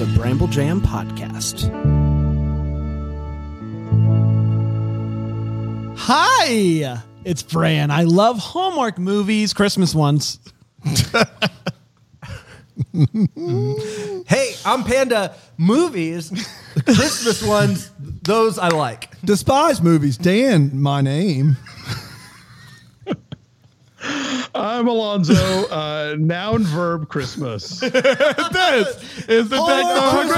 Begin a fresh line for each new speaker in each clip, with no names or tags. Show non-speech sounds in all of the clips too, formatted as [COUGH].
a Bramble Jam podcast.
Hi, it's Bran. I love Hallmark movies, Christmas ones.
Hey, I'm Panda. Movies, the Christmas ones, those I like.
despise movies. Dan, my name.
I'm Alonzo. Uh, noun, verb,
[LAUGHS]
Christmas.
This is the
Hallmark Oh,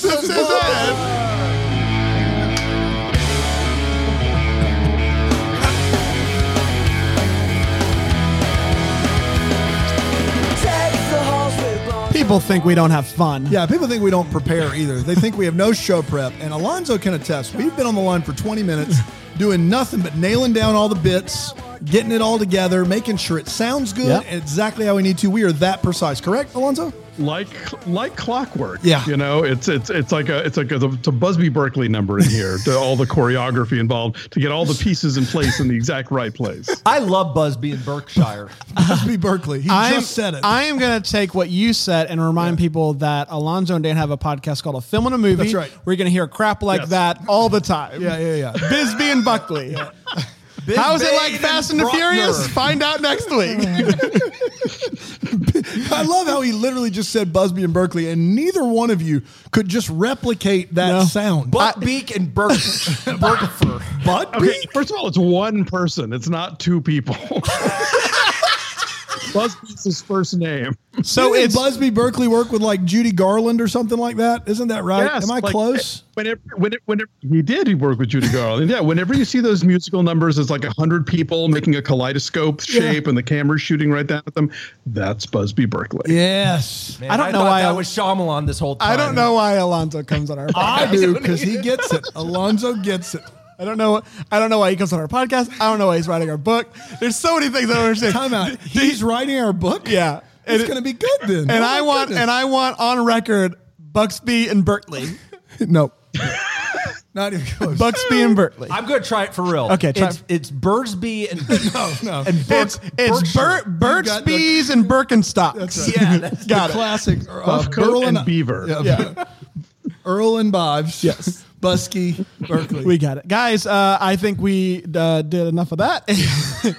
Christmas is so sad.
People think we don't have fun.
Yeah, people think we don't prepare either. They think we have no show prep. And Alonzo can attest, we've been on the line for 20 minutes doing nothing but nailing down all the bits, getting it all together, making sure it sounds good
Yep.
and exactly how we need to. We are that precise, correct, Alonzo?
Like like clockwork.
Yeah.
You know, it's it's it's like a it's like a, it's a Busby Berkeley number in here. to all the choreography involved to get all the pieces in place in the exact right place.
I love Busby and Berkshire.
[LAUGHS] Busby Berkeley. He
I'm,
just said it.
I am going to take what you said and remind people that Alonzo and Dan have a podcast called A Film and a Movie.
That's right.
We're going to hear crap like
Yes.
that all the time.
yeah, yeah, yeah.
Bisbee and Buckley. How is it like
Bane
Fast and the
Brockner.
Furious? Find out next week.
[LAUGHS] I love how he literally just said Busby and Berkeley, and neither one of you could just replicate that
No.
sound.
Buckbeak and
[LAUGHS]
Berk- Berkfer.
But
Okay, first of all, it's one person. It's not two people. [LAUGHS] Busby's his first name.
So
Didn't
it's
Busby Berkeley work with like Judy Garland or something like that? Isn't that right?
Yes,
Am I
like,
close?
Whenever, whenever, whenever he did, he worked with Judy Garland. Yeah, whenever you see those musical numbers, it's like a hundred people making a kaleidoscope shape, and the camera's shooting right down at them. That's Busby Berkeley.
Yes.
Man,
I don't know
thought
why I-
that was Shyamalan this whole time.
I don't know why Alonzo comes on our podcast.
[LAUGHS] I do because he gets it. Alonzo gets it.
I don't know. I don't know why he comes on our podcast. I don't know why he's writing our book. There's so many things I don't understand. [LAUGHS]
Time out. He's writing our book.
Yeah. And
It's
it-
going to be good then. Oh
and I want and I want on record Bucksby and Berkeley.
[LAUGHS]
[LAUGHS]
no. Not even close.
Bucksby and Berkeley.
I'm gonna try it for real.
Okay, try
it's,
it.
it's Bursby and
[LAUGHS]
no.
[LAUGHS] and Berk,
It's it's
Berkshire.
Bert Burtsby's and Birkenstocks.
right.
Yeah, that's
Got it.
classic uh,
Buffcoat
Earl
and
and
Beaver.
Yeah, [LAUGHS] Earl and Bives.
Yes.
[LAUGHS] Busky Berkeley.
We got it, guys. Uh, I think we uh, did enough of that.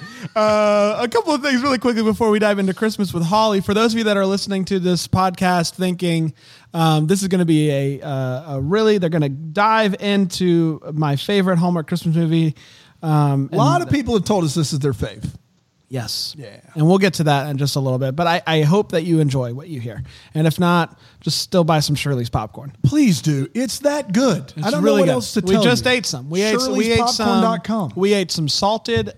[LAUGHS] uh, a couple of things really quickly before we dive into Christmas with Holly. For those of you that are listening to this podcast, thinking um, this is going to be a, uh, a really, they're going to dive into my favorite Hallmark Christmas movie. Um,
a lot of people have told us this is their fave.
Yes.
Yeah.
And we'll get to that in just a little bit. But I, I hope that you enjoy what you hear. And if not, just still buy some Shirley's popcorn.
Please do. It's that good. I don't know
really
what
good.
else to
we
tell
just
you.
ate some. We ate, we ate some.
Shirley'sPopcorn.com.
We ate some salted.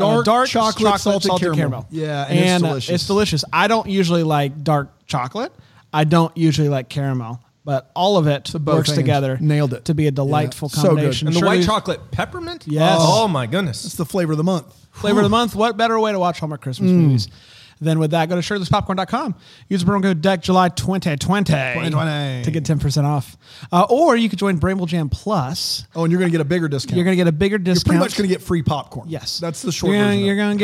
uh,
Dark chocolate salted caramel.
Yeah,
Yeah,
and,
and it's
uh,
delicious.
it's delicious. I don't usually like dark chocolate. I don't usually like caramel, but all of it
both
works
things.
together.
Nailed it.
to be a delightful
Yeah. So good.
combination.
and the white
Shirley's
chocolate peppermint.
Yes.
Oh my goodness.
It's the flavor of the month.
flavor of the month. What better way to watch Hallmark Christmas
Mm.
movies? Then with that, go to shirtlesspopcorn.com. Use the promo code DECK July 2020
2020.
to get 10% off. Uh, or you could join Bramble Jam Plus.
Oh, and you're going to get a bigger discount.
You're going to get a bigger
You're
discount.
pretty much going to get free popcorn.
Yes.
That's the short
you're gonna,
version. of
You're
it.
going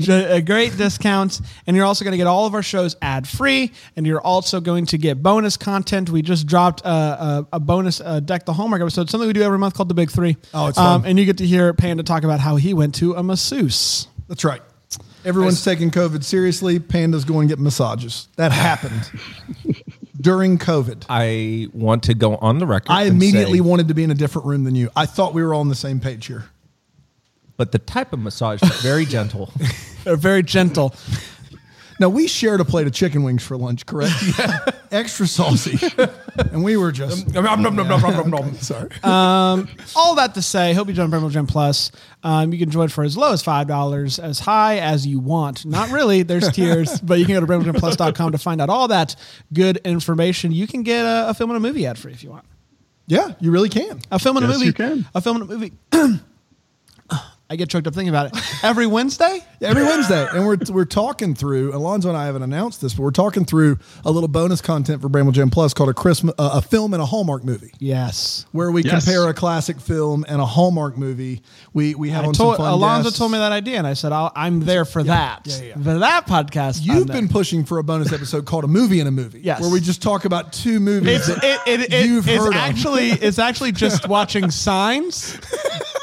to get
[LAUGHS]
a, a, a- a great discount, and you're also going to get all of our shows ad free, and you're also going to get bonus content. We just dropped a, a, a bonus uh, Deck the Hallmark episode, something we do every month called The Big Three. Um,
Oh, it's fun.
And you get to hear Panda talk about how he went to a masseuse.
That's right. Everyone's taking COVID seriously. Panda's going to get massages. That happened during COVID.
I want to go on the record.
I
and
immediately
say,
wanted to be in a different room than you. I thought we were all on the same page here.
but the type of massage is
[LAUGHS]
very gentle.
They're very gentle.
Now, we shared a plate of chicken wings for lunch, correct? Yeah. [LAUGHS] Extra saucy. and we were just. [LAUGHS] Sorry. Uh,
All that to say, hope you join Primal Gym Plus. Um, you can join for as low as $5, as high as you want. Not really,
[LAUGHS]
there's tiers, but you can go to primalgymplus.com to find out all that good information. You can get a, a film and a movie ad free if you want.
yeah, you really can. Uh,
A film and a
Yes,
movie. [CLEARS THROAT]
you can.
A film and a movie. I I get choked up thinking about
[LAUGHS]
it. Every Wednesday,
Every Wednesday, and we're we're talking through. Alonzo and I haven't announced this, but we're talking through a little bonus content for Bramble Jam Plus called a Christmas, uh, a film and a Hallmark movie,
yes.
where we
Yes.
compare a classic film and a Hallmark movie. We we have
I
on
told,
some fun
Alonzo
guests.
told me that idea, and I said, I'll, "I'm there for that."
yeah, yeah.
For that podcast, I'm
You've
there.
been pushing for a bonus episode called "A Movie in a Movie,"
Yes.
where we just talk about two movies
It's
that
it, it, it,
you've
it's
heard of.
actually it's actually
[LAUGHS]
just watching Signs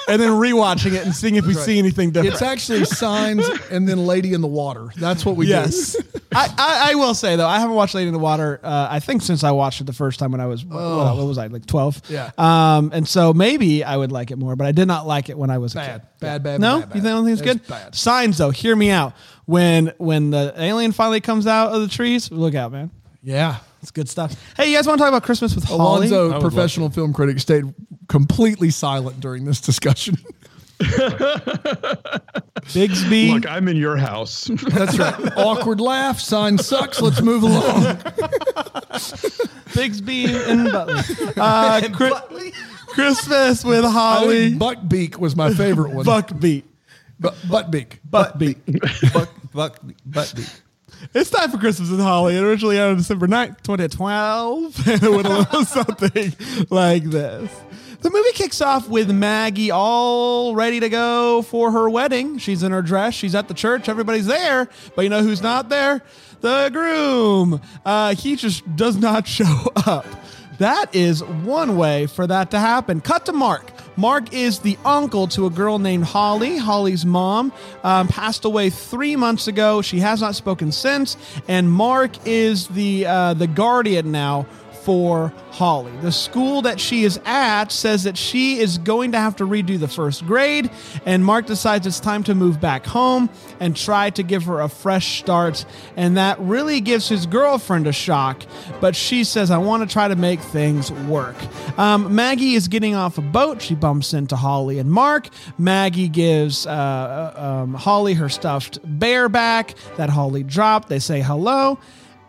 and then rewatching it and seeing if we see anything different. [LAUGHS]
It's actually signs and then Lady in the Water. That's what we
yes.
do.
I, I, I will say though I haven't watched Lady in the Water. Uh, I think since I watched it the first time when I was what, what- what was I like twelve?
Oh. Yeah.
Um, and so maybe I would like it more, but I did not like it when I was a
Bad.
kid.
Bad, bad,
No,
bad, bad.
you don't think it's,
It's
good?
bad.
Signs though, hear me out. When when the alien finally comes out of the trees, look out, man.
Yeah.
It's good stuff. Hey, you guys want to talk about Christmas with Holly?
Alonzo, professional film critic, stayed completely silent during this
[LAUGHS]
discussion.
Bigsby.
Look, I'm in your house. [LAUGHS]
That's right. Awkward laugh. Sign sucks. Let's
[LAUGHS]
move along.
Bigsby and Butley. Uh, Chri- Christmas with
I
Holly
think Buckbeak was my favorite one.
Buckbeat.
Bu- Buttbeak.
Buckbeat.
Buck, buck, butt beat.
It's time for Christmas with Holly. It originally aired on December 9th, [LAUGHS] 2012. And it went a little something like this. The movie kicks off with Maggie all ready to go for her wedding. She's in her dress. She's at the church. Everybody's there. But you know who's not there? The groom. Uh, he just does not [LAUGHS] show up. That is one way for that to happen. Cut to Mark. Mark is the uncle to a girl named Holly. Holly's mom um, passed away three months ago. She has not spoken since, and Mark is the uh, the guardian now for Holly. The school that she is at says that she is going to have to redo the first grade, and Mark decides it's time to move back home and try to give her a fresh start. And that really gives his girlfriend a shock, but she says, I want to try to make things work. Um, Maggie is getting off a boat. She bumps into Holly and Mark. Maggie gives uh, uh, um, Holly her stuffed bear back that Holly dropped. They say hello.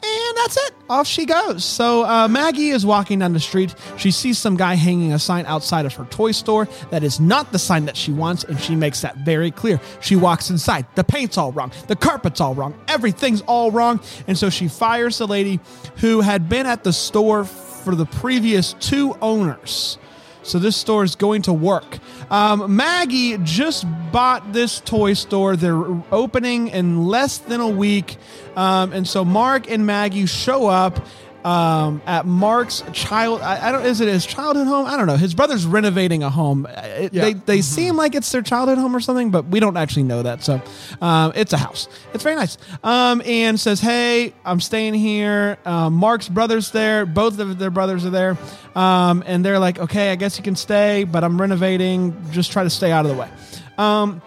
And that's it. Off she goes. So uh, Maggie is walking down the street. She sees some guy hanging a sign outside of her toy store that is not the sign that she wants, and she makes that very clear. She walks inside. The paint's all wrong. The carpet's all wrong. Everything's all wrong. And so she fires the lady who had been at the store for the previous two owners. So this store is going to work. Um, Maggie just bought this toy store. They're opening in less than a week. Um, and so Mark and Maggie show up um, at Mark's child. I, I don't, is it his childhood home? I don't know. His brother's renovating a home. It- They, they seem like it's their childhood home or something, but we don't actually know that. So um, it's a house. It's very nice. Um, and says, Hey, I'm staying here. Um, Mark's brother's there. Both of their brothers are there. Um, and they're like, Okay, I guess you can stay, but I'm renovating. Just try to stay out of the way. Um,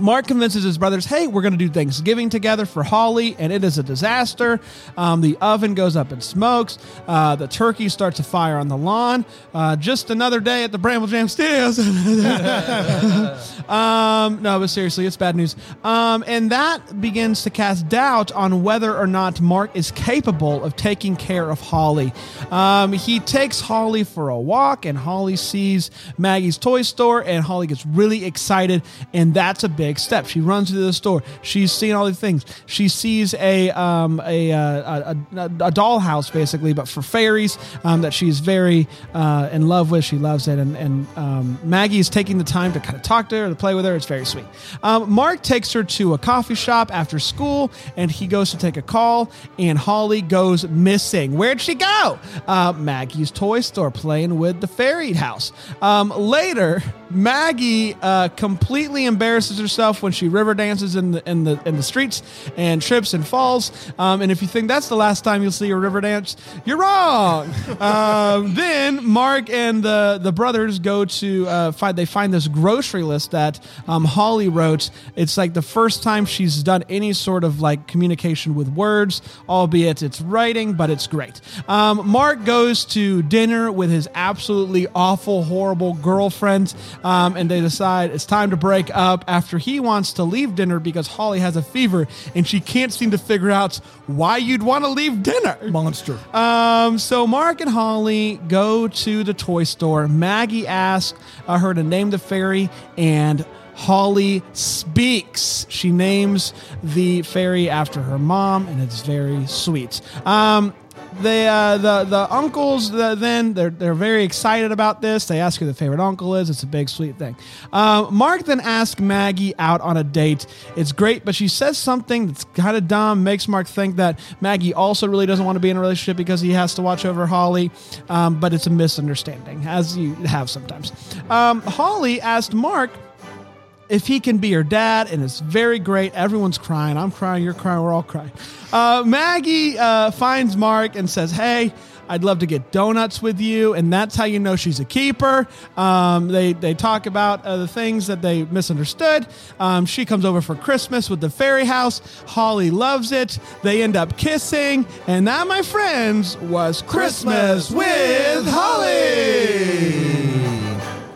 Mark convinces his brothers, hey, we're going to do Thanksgiving together for Holly, and it is a disaster. Um, the oven goes up in smokes. Uh, the turkey starts a fire on the lawn. Uh, just another day at the Bramble Jam Studios. [LAUGHS] um, no, but seriously, it's bad news. Um, and that begins to cast doubt on whether or not Mark is capable of taking care of Holly. Um, he takes Holly for a walk, and Holly sees Maggie's toy store, and Holly gets really excited, and that's a big step. She runs into the store. She's seen all these things. She sees a um, a, uh, a, a a dollhouse basically, but for fairies um, that she's very uh, in love with. She loves it, and and um, Maggie is taking the time to kind of talk to her, to play with her. It's very sweet. Um, Mark takes her to a coffee shop after school, and he goes to take a call, and Holly goes missing. Where'd she go? Uh, Maggie's toy store, playing with the fairy house. Um, later, Maggie uh, completely embarrasses herself when she river dances in the in the in the streets and trips and falls. Um, and if you think that's the last time you'll see a river dance, you're wrong. um, then Mark and the the brothers go to uh, find they find this grocery list that um, Holly wrote. It's like the first time she's done any sort of like communication with words, albeit it's writing, but it's great. Um, Mark goes to dinner with his absolutely awful, horrible girlfriend, um, and they decide it's time to break up after he wants to leave dinner because Holly has a fever and she can't seem to figure out why you'd want to leave dinner.
Monster.
Um, so Mark and Holly go to the toy store. Maggie asks uh, her to name the fairy, and Holly speaks. She names the fairy after her mom, and it's very sweet. Um, they uh, the the uncles uh, then they're they're very excited about this. They ask who the favorite uncle is. It's a big sweet thing. Uh, Mark then asks Maggie out on a date. It's great, but she says something that's kind of dumb. Makes Mark think that Maggie also really doesn't want to be in a relationship because he has to watch over Holly. Um, but it's a misunderstanding, as you have sometimes. Um, Holly asked Mark if he can be your dad, and it's very great. Everyone's crying. I'm crying. You're crying. We're all crying. Uh, Maggie uh, finds Mark and says, "Hey." I'd love to get donuts with you, and that's how you know she's a keeper. Um, they they talk about uh, the things that they misunderstood. Um, she comes over for Christmas with the fairy house. Holly loves it. They end up kissing, and that, my friends, was Christmas with Holly.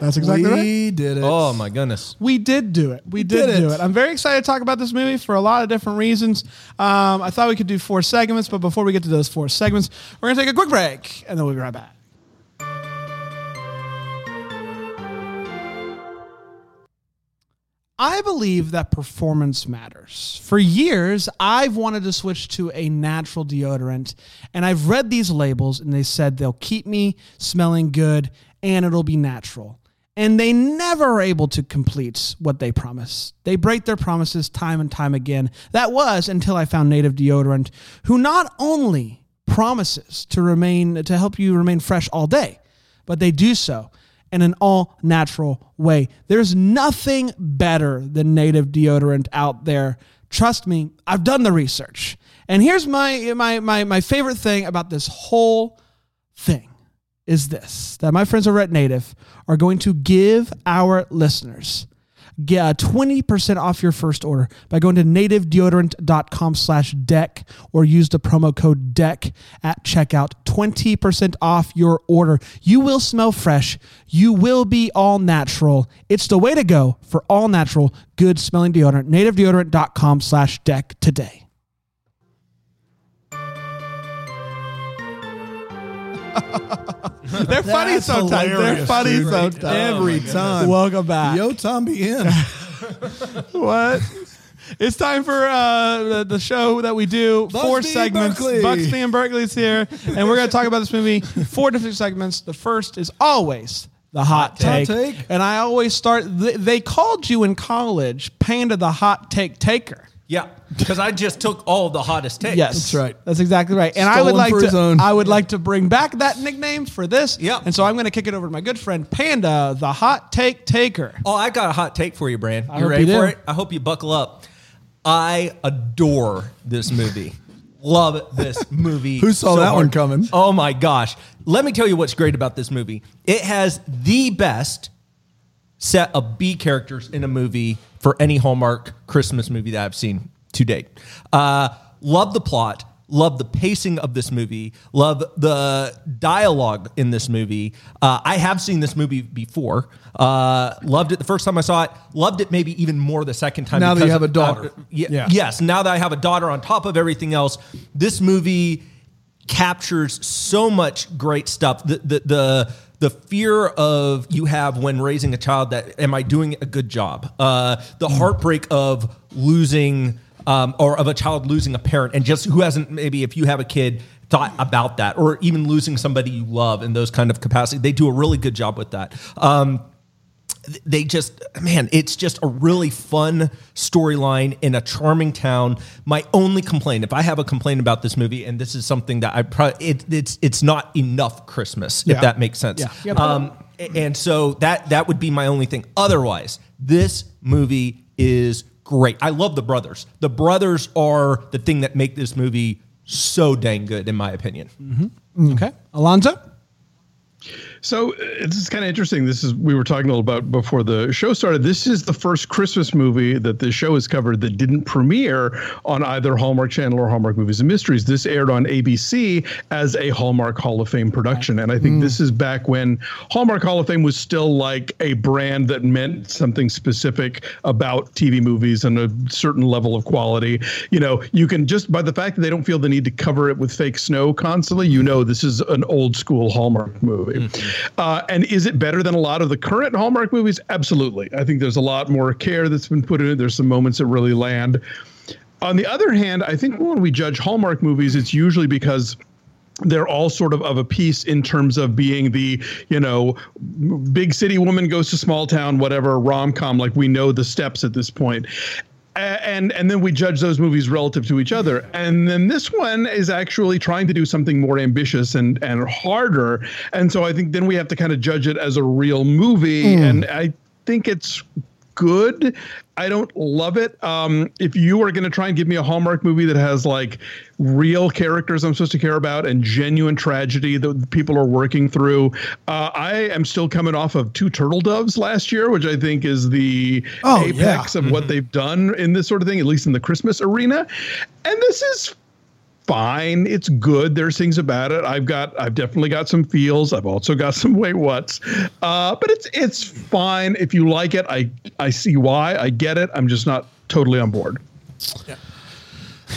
That's exactly right.
we did it.
Oh my goodness.
We did do it. We did,
did it.
do it. I'm very excited to talk about this movie for a lot of different reasons. Um, I thought we could do four segments, but before we get to those four segments, we're going to take a quick break and then we'll be right back. I believe that performance matters. For years, I've wanted to switch to a natural deodorant, and I've read these labels, and they said they'll keep me smelling good and it'll be natural. And they never are able to complete what they promise. They break their promises time and time again. That was until I found Native Deodorant, who not only promises to remain to help you remain fresh all day, but they do so in an all natural way. There's nothing better than native deodorant out there. Trust me, I've done the research. And here's my my my, my favorite thing about this whole thing is this that my friends over at Native are going to give our listeners get uh, 20% off your first order by going to nativedeodorant.com slash deck or use the promo code deck at checkout 20% off your order you will smell fresh you will be all natural it's the way to go for all natural good smelling deodorant nativedeodorant.com slash deck today they're funny
That's
sometimes they're
hilarious,
funny
dude.
sometimes
Every time.
welcome back
Yo, Tom, be in.
What? It's time for uh, the, the show that we do. four
Bugsby
segments.
Berkeley.
Buxby and Berkeley's here, and we're going to talk about this movie. Four different segments. The first is always the hot take.
take.
And I always start. They, they called you in college Panda the hot take taker.
Yeah, because I just took all the hottest takes.
Yes,
That's right.
That's exactly right. And I
Stolen
would like
for his
to.
own.
I would like to bring back that nickname for this.
Yeah.
And so I'm going to kick it over to my good friend Panda the hot take taker.
Oh, I got a hot take for you, Brand. You
hope
ready
you do.
for it? I hope you buckle up. I adore this movie. Love
[LAUGHS]
this movie.
Who saw
so
that one
hard.
coming?
Oh my gosh. Let me tell you what's great about this movie. It has the best set of B characters in a movie for any Hallmark Christmas movie that I've seen to date. Uh, love the plot. Love the pacing of this movie. Love the dialogue in this movie. Uh, I have seen this movie before. Uh, loved it the first time I saw it. Loved it maybe even more the second time.
Now that you
because
have a
of-
daughter.
uh, ye-
Yeah.
Yes. Now that I have a daughter on top of everything else, this movie captures so much great stuff. The the the the fear of you have when raising a child that am I doing a good job? Uh, the heartbreak of losing um, or of a child losing a parent and just who hasn't maybe if you have a kid thought about that or even losing somebody you love in those kind of capacity. They do a really good job with that. Um, they just man it's just a really fun storyline in a charming town my only complaint if i have a complaint about this movie and this is something that i probably it, it's it's not enough christmas
Yeah.
if that makes sense
Yeah. Yeah, but-
um a- and so that that would be my only thing otherwise this movie is great i love the brothers the brothers are the thing that make this movie so dang good in my opinion
Okay, Alonzo.
So uh, this is kind of interesting. This is we were talking a little about before the show started. This is the first Christmas movie that the show has covered that didn't premiere on either Hallmark Channel or Hallmark Movies and Mysteries. This aired on ABC as a Hallmark Hall of Fame production, and I think this is back when Hallmark Hall of Fame was still like a brand that meant something specific about TV movies and a certain level of quality. You know, you can just by the fact that they don't feel the need to cover it with fake snow constantly, you know this is an old school Hallmark movie. Uh, and is it better than a lot of the current Hallmark movies? Absolutely. I think there's a lot more care that's been put in it. There's some moments that really land. On the other hand, I think when we judge Hallmark movies, it's usually because they're all sort of of a piece in terms of being the you know big city woman goes to small town whatever rom-com like we know the steps at this point A- and and then we judge those movies relative to each other and then this one is actually trying to do something more ambitious and and harder and so i think then we have to kind of judge it as a real movie and i think it's good. I don't love it. Um, if you are going to try and give me a Hallmark movie that has like real characters I'm supposed to care about and genuine tragedy that people are working through, uh, I am still coming off of Two Turtle Doves last year, which I think is the
Oh,
apex
yeah.
of what they've done in this sort of thing, at least in the Christmas arena. And this is fine. It's good. There's things about it. I've got I've definitely got some feels. I've also got [LAUGHS] some wait what's. Uh, but it's it's fine. If you like it, I I see why. I get it. I'm just not totally on board.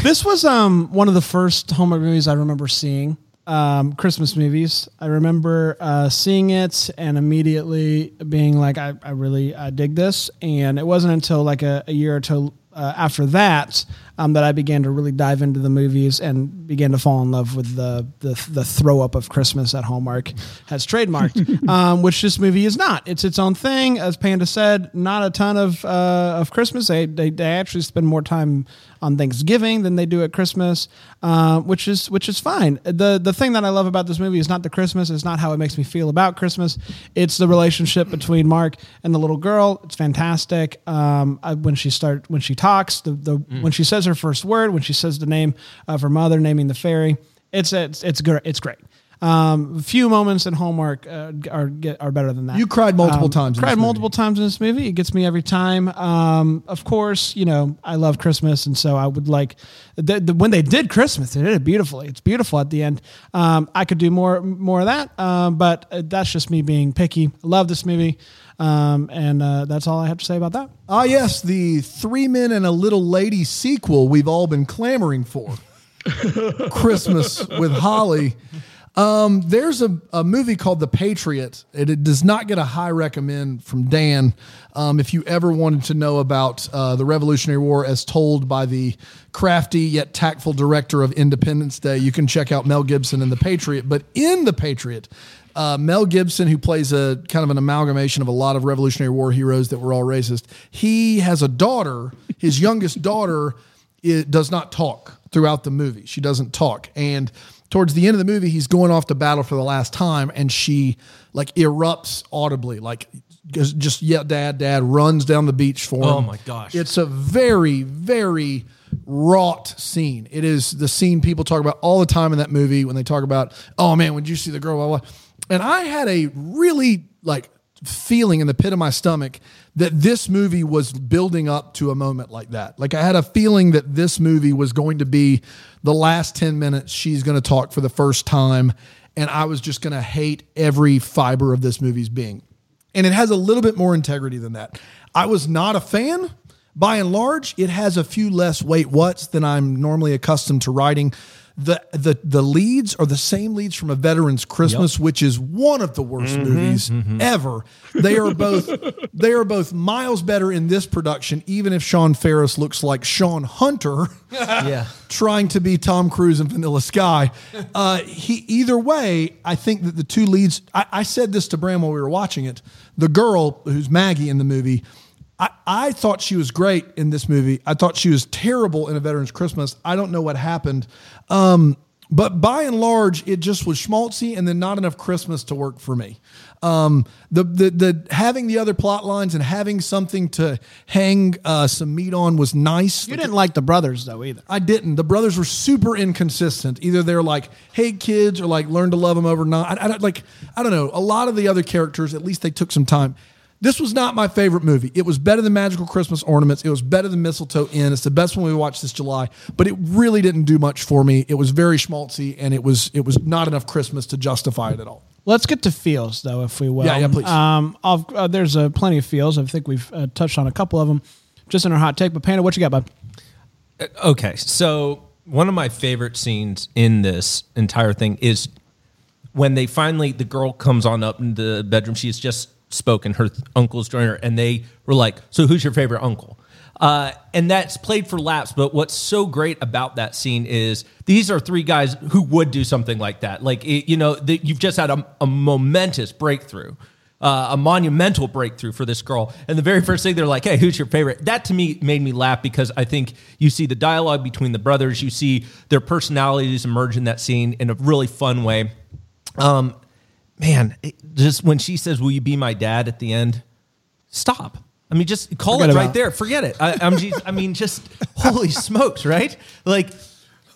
This was um, one of the first Hallmark movies I remember seeing. Um, Christmas movies. I remember uh, seeing it and immediately being like, I, I really I dig this. And it wasn't until like a, a year or two uh, after that um, that I began to really dive into the movies and began to fall in love with the the, the throw up of Christmas that Hallmark has trademarked, um, which this movie is not. It's its own thing, as Panda said. Not a ton of uh, of Christmas. They, they they actually spend more time on Thanksgiving than they do at Christmas, uh, which is which is fine. the The thing that I love about this movie is not the Christmas. It's not how it makes me feel about Christmas. It's the relationship between Mark and the little girl. It's fantastic. Um, I, when she start when she talks, the, the
Mm.
when she says her first word, when she says the name of her mother, naming the fairy. It's it's it's great. It's great. Um, few moments in Hallmark uh, are get- are better than that. Um,
You cried multiple times in
Cried
this movie.
multiple multiple times in this movie. It gets me every time. Um, of course, you know I love Christmas, and so I would like the, the, when they did Christmas, they did it beautifully. It's beautiful at the end. Um, I could do more more of that, um, but uh, that's just me being picky. I love this movie, um, and uh, that's all I have to say about that.
Ah, yes, the Three Men and a Little Lady sequel we've all been clamoring for. Christmas with Holly. Um, there's a, a movie called The Patriot. It, it does not get a high recommend from Dan. Um, if you ever wanted to know about uh, the Revolutionary War as told by the crafty yet tactful director of Independence Day, you can check out Mel Gibson in The Patriot. But in The Patriot, uh, Mel Gibson, who plays a kind of an amalgamation of a lot of Revolutionary War heroes that were all racist, he has a daughter. His youngest daughter it does not talk throughout the movie. She doesn't talk. And towards the end of the movie, he's going off to battle for the last time, and she like erupts audibly, like just just, yeah, dad, dad, runs down the beach for him.
Oh, my gosh.
It's a very, very wrought scene. It is the scene people talk about all the time in that movie when they talk about, oh man, when you see the girl, blah, blah. And I had a really like feeling in the pit of my stomach that this movie was building up to a moment like that. Like I had a feeling that this movie was going to be the last 10 minutes she's going to talk for the first time. And I was just going to hate every fiber of this movie's being and it has a little bit more integrity than that. I was not a fan. By and large, it has a few less wait what's than I'm normally accustomed to writing. The the the leads are the same leads from a veteran's Christmas, which is one of the worst movies ever. They are both they are both miles better in this production, even if Sean Ferris looks like Sean Hunter
Yeah.
trying to be Tom Cruise in Vanilla Sky. Uh, he either way, I think that the two leads. I, I said this to Bram while we were watching it. The girl who's Maggie in the movie. I, I thought she was great in this movie. I thought she was terrible in A Veteran's Christmas. I don't know what happened. Um, but by and large, it just was schmaltzy and then not enough Christmas to work for me. Um, the, the the having the other plot lines and having something to hang uh, some meat on was nice.
You didn't like the brothers though either.
I didn't. The brothers were super inconsistent. Either they're like hate kids or like learn to love them over not. I, I don't- like I don't know. A lot of the other characters, at least they took some time. This was not my favorite movie. It was better than Magical Christmas Ornaments. It was better than Mistletoe Inn. It's the best one we watched this July, but it really didn't do much for me. It was very schmaltzy, and it was it was not enough Christmas to justify it at all.
Let's get to feels though, if we will.
Yeah, yeah, please.
Um, I'll, uh, there's uh, plenty of feels. I think we've uh, touched on a couple of them, just in our hot take. But Panda, what you got, bud?
Okay, so one of my favorite scenes in this entire thing is when they finally the girl comes on up in the bedroom, she has just spoken. Her th- uncles join her, and they were like, "So who's your favorite uncle?" Uh, and that's played for laughs. But what's so great about that scene is these are three guys who would do something like that. Like it, you know, that you've just had a, a momentous breakthrough uh, a monumental breakthrough for this girl. And the very first thing they're like, "Hey, who's your favorite?" That to me made me laugh because I think you see the dialogue between the brothers, you see their personalities emerge in that scene in a really fun way. Um, man, it- just when she says, "Will you be my dad?" at the end, stop. I mean, just call
Forget
it right
about it.
there. Forget it. I, I'm just, I mean, just holy smokes, right? Like,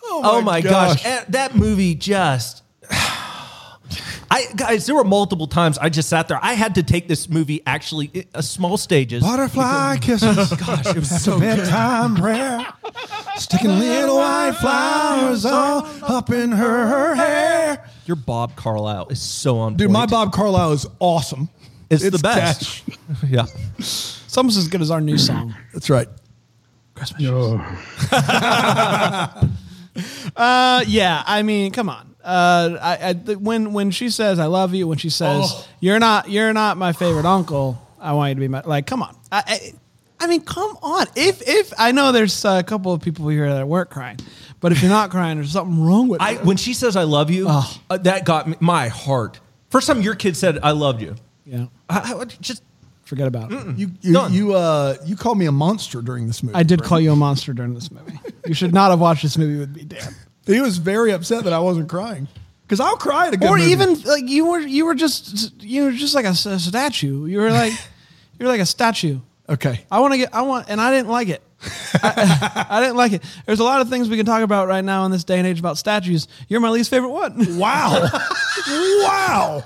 oh my, gosh. Eh, that movie just [SIGHS] I guys, there were multiple times I just sat there. I had to take this movie actually i- uh, small stages.
Butterfly
[LAUGHS]
kisses.
Gosh, it was so good.
bedtime prayer. Sticking little white
[LAUGHS]
flowers all up in her hair.
Your Bob Carlisle is so on.
Dude, my
point.
Bob Carlisle is awesome.
it's, the best.
catch.
Yeah,
It's almost as good as our new song.
That's right.
Oh.
Uh, yeah, I mean, come on. Uh, I, I th- when when she says I love you, when she says you're not you're not my favorite uncle, I want you to be my like. Come on, I, I, I mean, come on. If if I know there's uh, a couple of people here that work crying, but if you're not crying, there's something wrong with
I
you.
when she says I love you, uh, that got me, my heart. First time your kid said I loved you,
Yeah,
I, I would just
forget about it.
You you
Done.
you, uh, you called me a monster during this movie.
I did call you a monster during this movie. You should not have watched this movie with me, Dan.
He was very upset that I wasn't crying because I'll cry at a good
or
movie.
even like you were you were just you were just like a, s- a statue. You were like you were like a statue.
okay.
I want to get. I want, and I didn't like it. I, [LAUGHS] I didn't like it. There's a lot of things we can talk about right now in this day and age about statues. You're my least favorite one.
Wow, wow,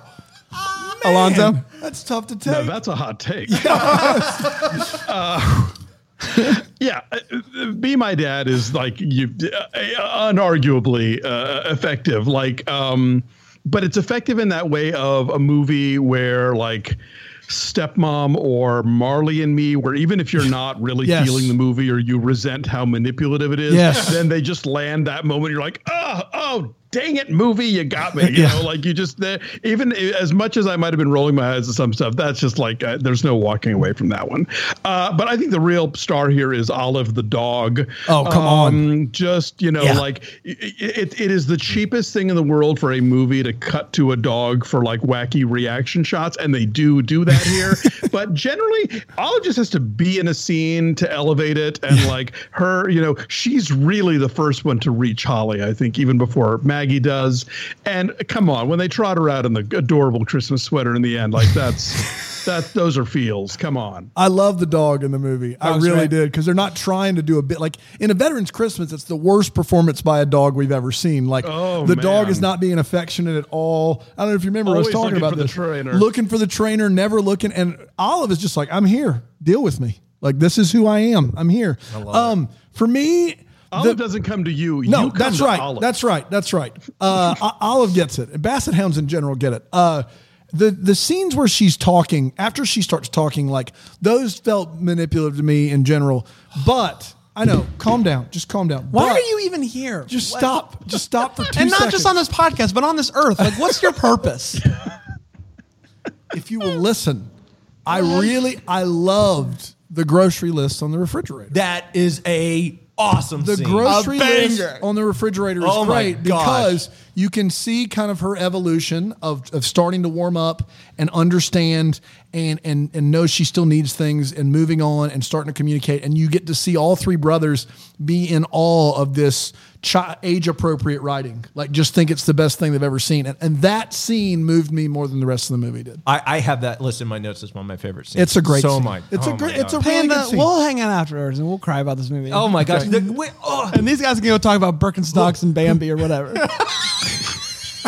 Alonzo?
that's tough to
Now,
take.
that's a
[LAUGHS]
hot take. Uh, [LAUGHS] yeah, uh, be my dad is like you, uh, unarguably uh, effective. Like, um, but it's effective in that way of a movie where like stepmom or Marley and Me, where even if you're not really
Yes.
feeling the movie or you resent how manipulative it is,
Yes.
then they just land that moment. You're like, oh, oh. Dang it, movie! You got me. You
[LAUGHS] Yeah.
know, like you just there. Even as much as I might have been rolling my eyes at some stuff, that's just like uh, there's no walking away from that one. Uh, but I think the real star here is Olive the dog.
Oh, come
on! Just you know, like i- i- it, it is the cheapest thing in the world for a movie to cut to a dog for like wacky reaction shots, and they do do
[LAUGHS]
that here. but generally, Olive just has to be in a scene to elevate it, and like her, you know, she's really the first one to reach Holly. I think even before Maggie does. And come on, when they trot her out in the adorable Christmas sweater in the end, like
[LAUGHS]
that's that those are feels. Come on.
I love the dog in the movie. I
Dog's
really
right.
did because they're not trying to do a bit like in a Veterans Christmas. It's the worst performance by a dog we've ever seen. Like
Oh,
the dog
man.
is not being affectionate at all. I don't know if you remember I was
Always
talking
looking
about
for the
this.
trainer.
Looking for the trainer, never looking, and Olive is just like, "I'm here. Deal with me. Like this is who I am. I'm here." um, for me,
Olive
the-
doesn't come to you.
No,
you come
that's
to
right.
Olive.
That's right. That's right. Uh, O- Olive gets it. And Basset hounds in general get it. Uh, the the scenes where she's talking after she starts talking, like those felt manipulative to me in general. But I know, calm down. Just calm down.
Why
But
are you even here?
Just
What-
stop. Just stop for
[LAUGHS]
two
And not just
seconds.
on this podcast, but on this earth. Like, what's [LAUGHS] your purpose?
If you will listen, I really I loved the grocery list on the refrigerator.
that is a awesome.
the
scene.
grocery
A banger.
list on the refrigerator is
Oh my
great
gosh.
because you can see kind of her evolution of, of starting to warm up and understand and and and know she still needs things and moving on and starting to communicate and you get to see all three brothers be in awe of this chi- age appropriate writing like just think it's the best thing they've ever seen and, and that scene moved me more than the rest of the movie did
I, I have that list in my notes as one of my favorite scenes.
it's a great
So
scene.
am I.
it's
Oh
a
my
great it's a
God.
really
Panda,
good scene
we'll hang out afterwards and we'll cry about this movie.
Oh my gosh! The- wait, oh.
And these guys can go talk about Birkenstocks and Bambi or whatever. [LAUGHS]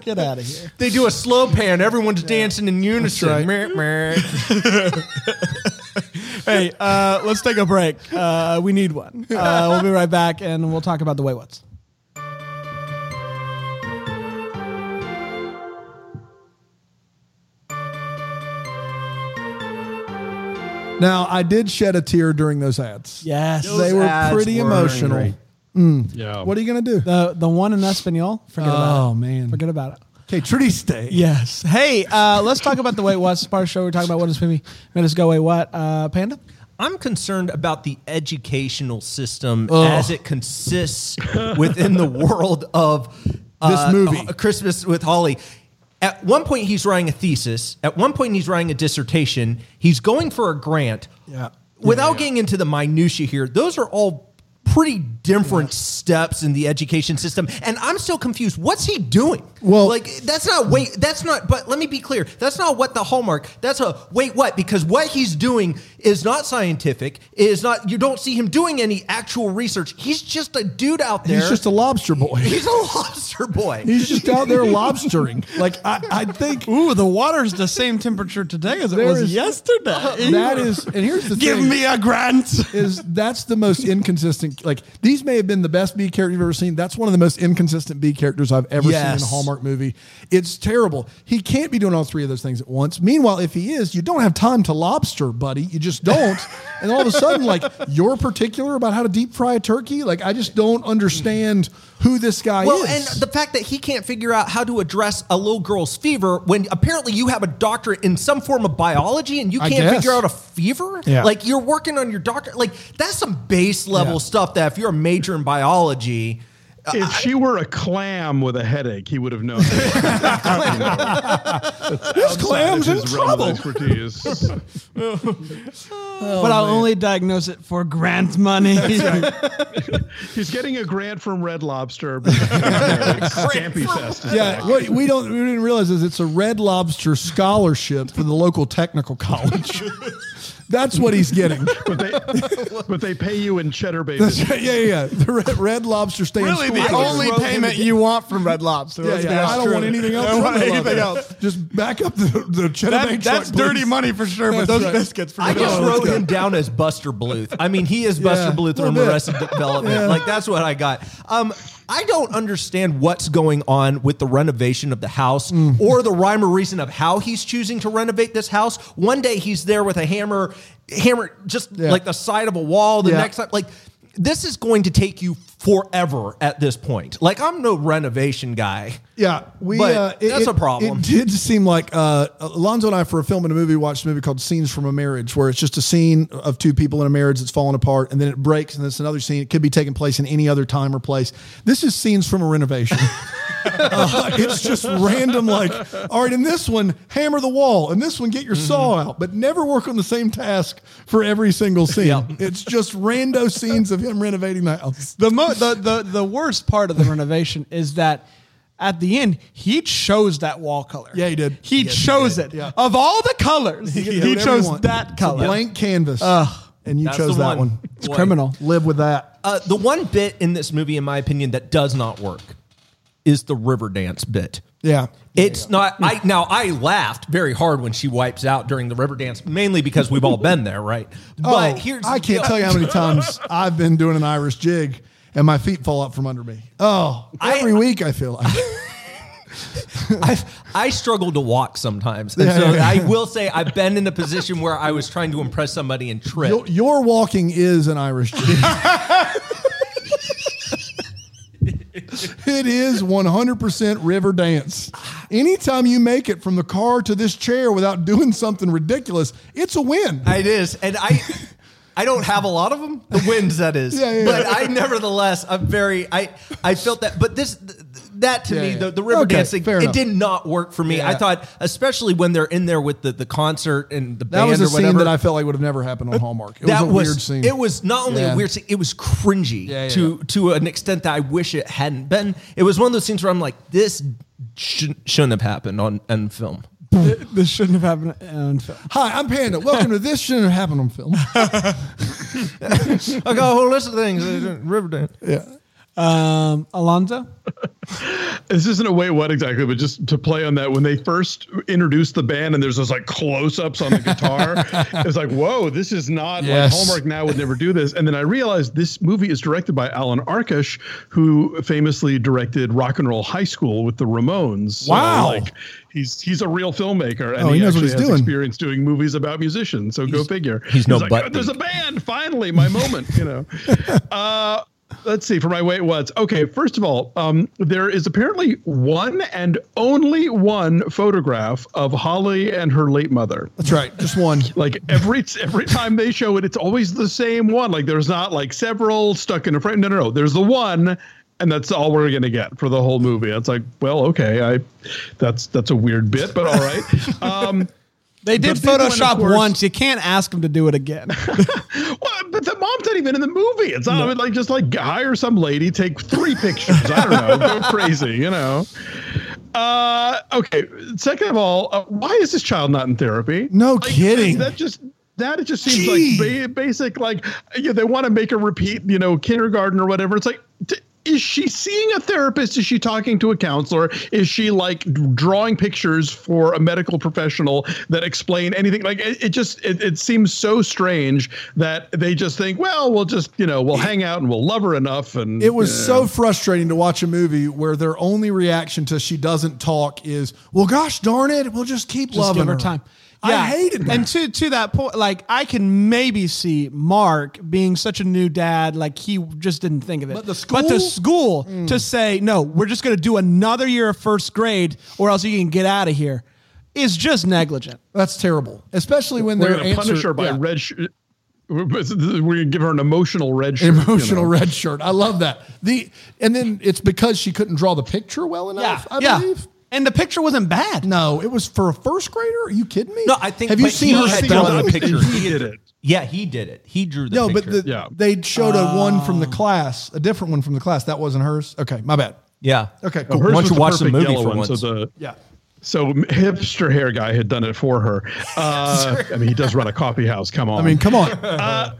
Get out of here.
They do a slow pan. Everyone's dancing in unison.
right.
Meh, meh.
Hey, uh, let's take a break. Uh, we need one. Uh, we'll be right back and we'll talk about the way what's.
now i did shed a tear during those ads
Yes.
they were pretty
were
emotional
great.
Yeah.
What are you gonna do?
The the one in Espanol. Forget about it.
Oh, man.
forget about it.
Okay, Triste.
Yes. Hey, uh, let's talk about the Wait What part of the show. We're talking about what has made me- made us go Wait What? Uh, Panda.
I'm concerned about the educational system as it consists within
[LAUGHS]
the world of uh,
This movie.
A Christmas with Holly. At one point, he's writing a thesis. At one point, he's writing a dissertation. He's going for a grant.
Yeah.
Without getting into the minutiae here, those are all pretty different steps in the education system. And I'm still confused. What's he doing?
Well-
like that's not wait. That's not. But let me be clear. That's not what the hallmark. That's a wait. What? Because what he's doing is not scientific. Is not. You don't see him doing any actual research. He's just a dude out there.
He's just a
[LAUGHS]
lobster boy.
[LAUGHS] He's a lobster boy.
[LAUGHS] He's just out there lobstering. Like I, I think
Ooh, the water's the same temperature today as it
There
was
is-
[LAUGHS] yesterday.
that is. And here's the
Give
thing.
me a grant.
is that's the most inconsistent. Like these may have been the best B character you've ever seen. That's one of the most inconsistent B characters I've ever seen in
Yes.
a Hallmark movie. It's terrible. He can't be doing all three of those things at once. Meanwhile, if he is, you don't have time to lobster, buddy. You just don't. and all of a sudden, like you're particular about how to deep fry a turkey. Like I just don't understand who this guy
Well,
is.
and the fact that he can't figure out how to address a little girl's fever when apparently you have a doctorate in some form of biology and you
I
can't
guess.
figure out a fever?
Yeah.
Like you're working on your doctor. Like that's some base level
Yeah.
stuff that if you're a major in biology,
if she were a clam with a headache, he would
[LAUGHS]
have known.
this clam's in
His realm
trouble.
of expertise.
[LAUGHS] Oh,
but I'll only diagnose it for grant money.
He's getting a grant from
[LAUGHS]
Red Lobster. but- Scampi Fest. is
Yeah, what we don't we didn't realize is it's a Red Lobster scholarship for the local technical college. That's what he's getting.
But they, but they pay you in cheddar baby.
That's right. [LAUGHS] Yeah, yeah, yeah. The Red, red Lobster stay
really,
in school.
the only payment you want from Red Lobster.
Yeah,
Let's
yeah,
be
I don't
honest.
want anything else.
I don't
from
want
Red
anything
Lobster.
else.
Just back up the, the cheddar
That-
bay truck,
that's dirty
please.
money for sure, but
That's
those
right.
biscuits for
I
sure.
just
Oh,
wrote
[LAUGHS] okay.
him down as Buster Bluth. I mean, he is Buster
Yeah,
Bluth
little
from
bit.
Arrested Development. Like that's what I got. Um, I don't understand what's going on with the renovation of the house
Mm.
or the rhyme or reason of how he's choosing to renovate this house. One day he's there with a hammer, hammer just
Yeah.
like the side of a wall. The
Yeah.
next time, like this is going to take you forever at this point. Like I'm no renovation guy.
Yeah, we.
But
uh, it-
that's
it-
a problem.
It did seem like uh, Alonzo and I, for a film and a movie, watched a movie called "Scenes from a Marriage," where it's just a scene of two people in a marriage that's fallen apart, and then it breaks, and it's another scene. It could be taking place in any other time or place. This is scenes from a renovation. [LAUGHS] Uh, it's just random, like, all right, in this one, hammer the wall, and this one, get
Mm-hmm.
your saw out, but never work on the same task for every single scene. It's just rando scenes of him renovating the house.
[LAUGHS] the, mo- the the the worst part of the renovation is that at the end he chose that wall color.
Yeah, he did.
He
Yes, he
chose
did.
it
Yeah.
of all the
[LAUGHS]
colors. he
Whatever you
chose
want.
that
It's a
color.
blank canvas, and you
That's
chose
the
that
one.
one.
It's
Boy.
criminal.
Live with that.
Uh, the one bit in this movie, in my opinion, that does not work is the river dance bit.
Yeah.
It's not.
[LAUGHS]
I now I laughed very hard when she wipes out during the river dance, mainly because we've all been there, right? But
[LAUGHS] Oh,
here's
I can't tell you how many times I've been doing an Irish jig and my feet fall out from under me. Oh,
I-
every week I feel like
I I struggle to walk
[LAUGHS]
sometimes, and
Yeah,
so
yeah, yeah.
I will say I've been in a position where I was trying to impress somebody and trip.
your, your walking is an Irish jig. it is 100% river dance. Anytime you make it from the car to this chair without doing something ridiculous, it's a win.
It is, and I. I don't have a lot of them. The wins, that is.
Yeah, yeah,
but
yeah.
I nevertheless, I'm very. I I felt that, but this th- that to
Yeah,
me,
yeah.
The, the river
Okay,
dancing,
fair
it
enough.
did not work for me. I
Yeah.
thought, especially when they're in there with the, the concert and the
That
band
was
or
a scene
whatever.
that I felt like would have never happened on Hallmark. It
that
was a
was
weird scene.
It was not only
Yeah.
a weird scene; it was cringy
Yeah, yeah,
to to an extent that I wish it hadn't been. It was one of those scenes where I'm like, this shouldn't, shouldn't have happened on, on film.
[LAUGHS] This shouldn't have happened on film.
Hi, I'm Panda. Welcome to This Shouldn't Have Happened on Film.
I got a whole list of things. Riverdance.
Um, Alonzo,
this isn't a way what exactly, but just to play on that, when they first introduced the band and there's those like close ups on
[LAUGHS]
the guitar, it's like, whoa, this is not
Yes.
like Hallmark now would never do this. And then I realized this movie is directed by Alan Arkush, who famously directed Rock and Roll High School with the Ramones. So,
Wow.
like, he's he's a real filmmaker and
Oh,
he,
he knows what he's
actually has
doing.
experience doing movies about musicians. So go figure.
he's no
like, "Oh,
butt [LAUGHS]
there's a band, finally, my moment, you know. Uh let's see for my way it was okay first of all um, there is apparently one and only one photograph of holly and her late mother
That's right. Just one.
like every every time they show it it's always the same one like there's not like several stuck in a frame no no no there's the one and that's all we're gonna get for the whole movie it's like well okay i that's that's a weird bit but all
[LAUGHS]
right um
They did
The big one, of
Photoshop
course-
once. You can't ask them to do it
[LAUGHS]
again.
Well, but the mom's not even in the movie. It's not I mean, like just like hire some lady, take three pictures. I don't know, go crazy, you know. Uh, okay. Second of all, uh, why is this child not in therapy?
No
Like,
kidding.
That just that it just seems
Gee.
like ba- basic. Like you know, they want to make her repeat, you know, kindergarten or whatever. It's like. T- is she seeing a therapist? Is she talking to a counselor? Is she like drawing pictures for a medical professional that explain anything? Like it, it just it, it seems so strange that they just think, well, we'll just you know we'll hang out and we'll love her enough. And
It was so frustrating to watch a movie where their only reaction to she doesn't talk is, "Well, gosh darn it, we'll just keep
Just
loving
give her time.
I hated that.
And to to that point, like I can maybe see Mark being such a new dad, like he just didn't think of it.
But the
but the
school? Mm.
school to say no, we're just going to do another year of first grade, or else you can get out of here, is just negligent.
That's terrible, especially when
we're
they're
going to punish her by red. Sh- [LAUGHS] we're going to give her an emotional red shirt. you
[LAUGHS] emotional
know.
red shirt. I love that. The and then it's because she couldn't draw the picture well enough. I believe.
And the picture wasn't bad.
No, it was for a first grader. Are you kidding me?
No, I think-
Have you
but
seen
he
her
had
spell
done
it? [LAUGHS]
the picture.
He did it.
Yeah, he did it. He drew the
No,
picture.
but the,
Yeah.
they showed a one from the class, a different one from the class. That wasn't hers. Okay, my bad.
yeah.
Okay,
Oh,
cool.
hers
Why don't
was
you
the
watch the
perfect
movie
yellow
for
one,
once?
So the
yeah.
so hipster hair guy had done it for her. Uh, I mean, he does run a coffee house. Come on.
I mean, come
[LAUGHS]
on.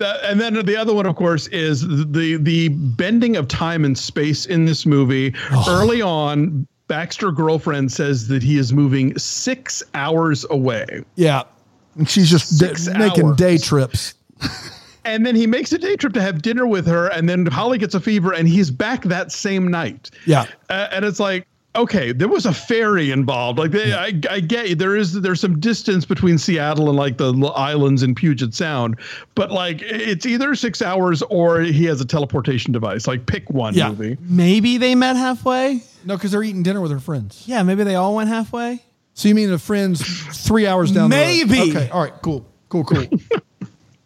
Uh, and then the other one, of course, is the the bending of time and space in this movie. Early on, Baxter girlfriend says that he is moving six hours away,
yeah. And she's just d-
Six
making
hours.
day trips.
and then he makes a day trip to have dinner with her, and then Holly gets a fever, and he's back that same night.
Yeah.
uh, and it's like okay there was a ferry involved like they, I, I get you there is there's some distance between seattle and like the l- islands in puget sound but like it's either six hours or he has a teleportation device like pick one
Yeah.
movie
Maybe they met halfway.
No, because they're eating dinner with her friends.
Yeah, maybe they all went halfway.
So you mean the friends three hours down the road?
Maybe.
Okay. All right. Cool. Cool. Cool.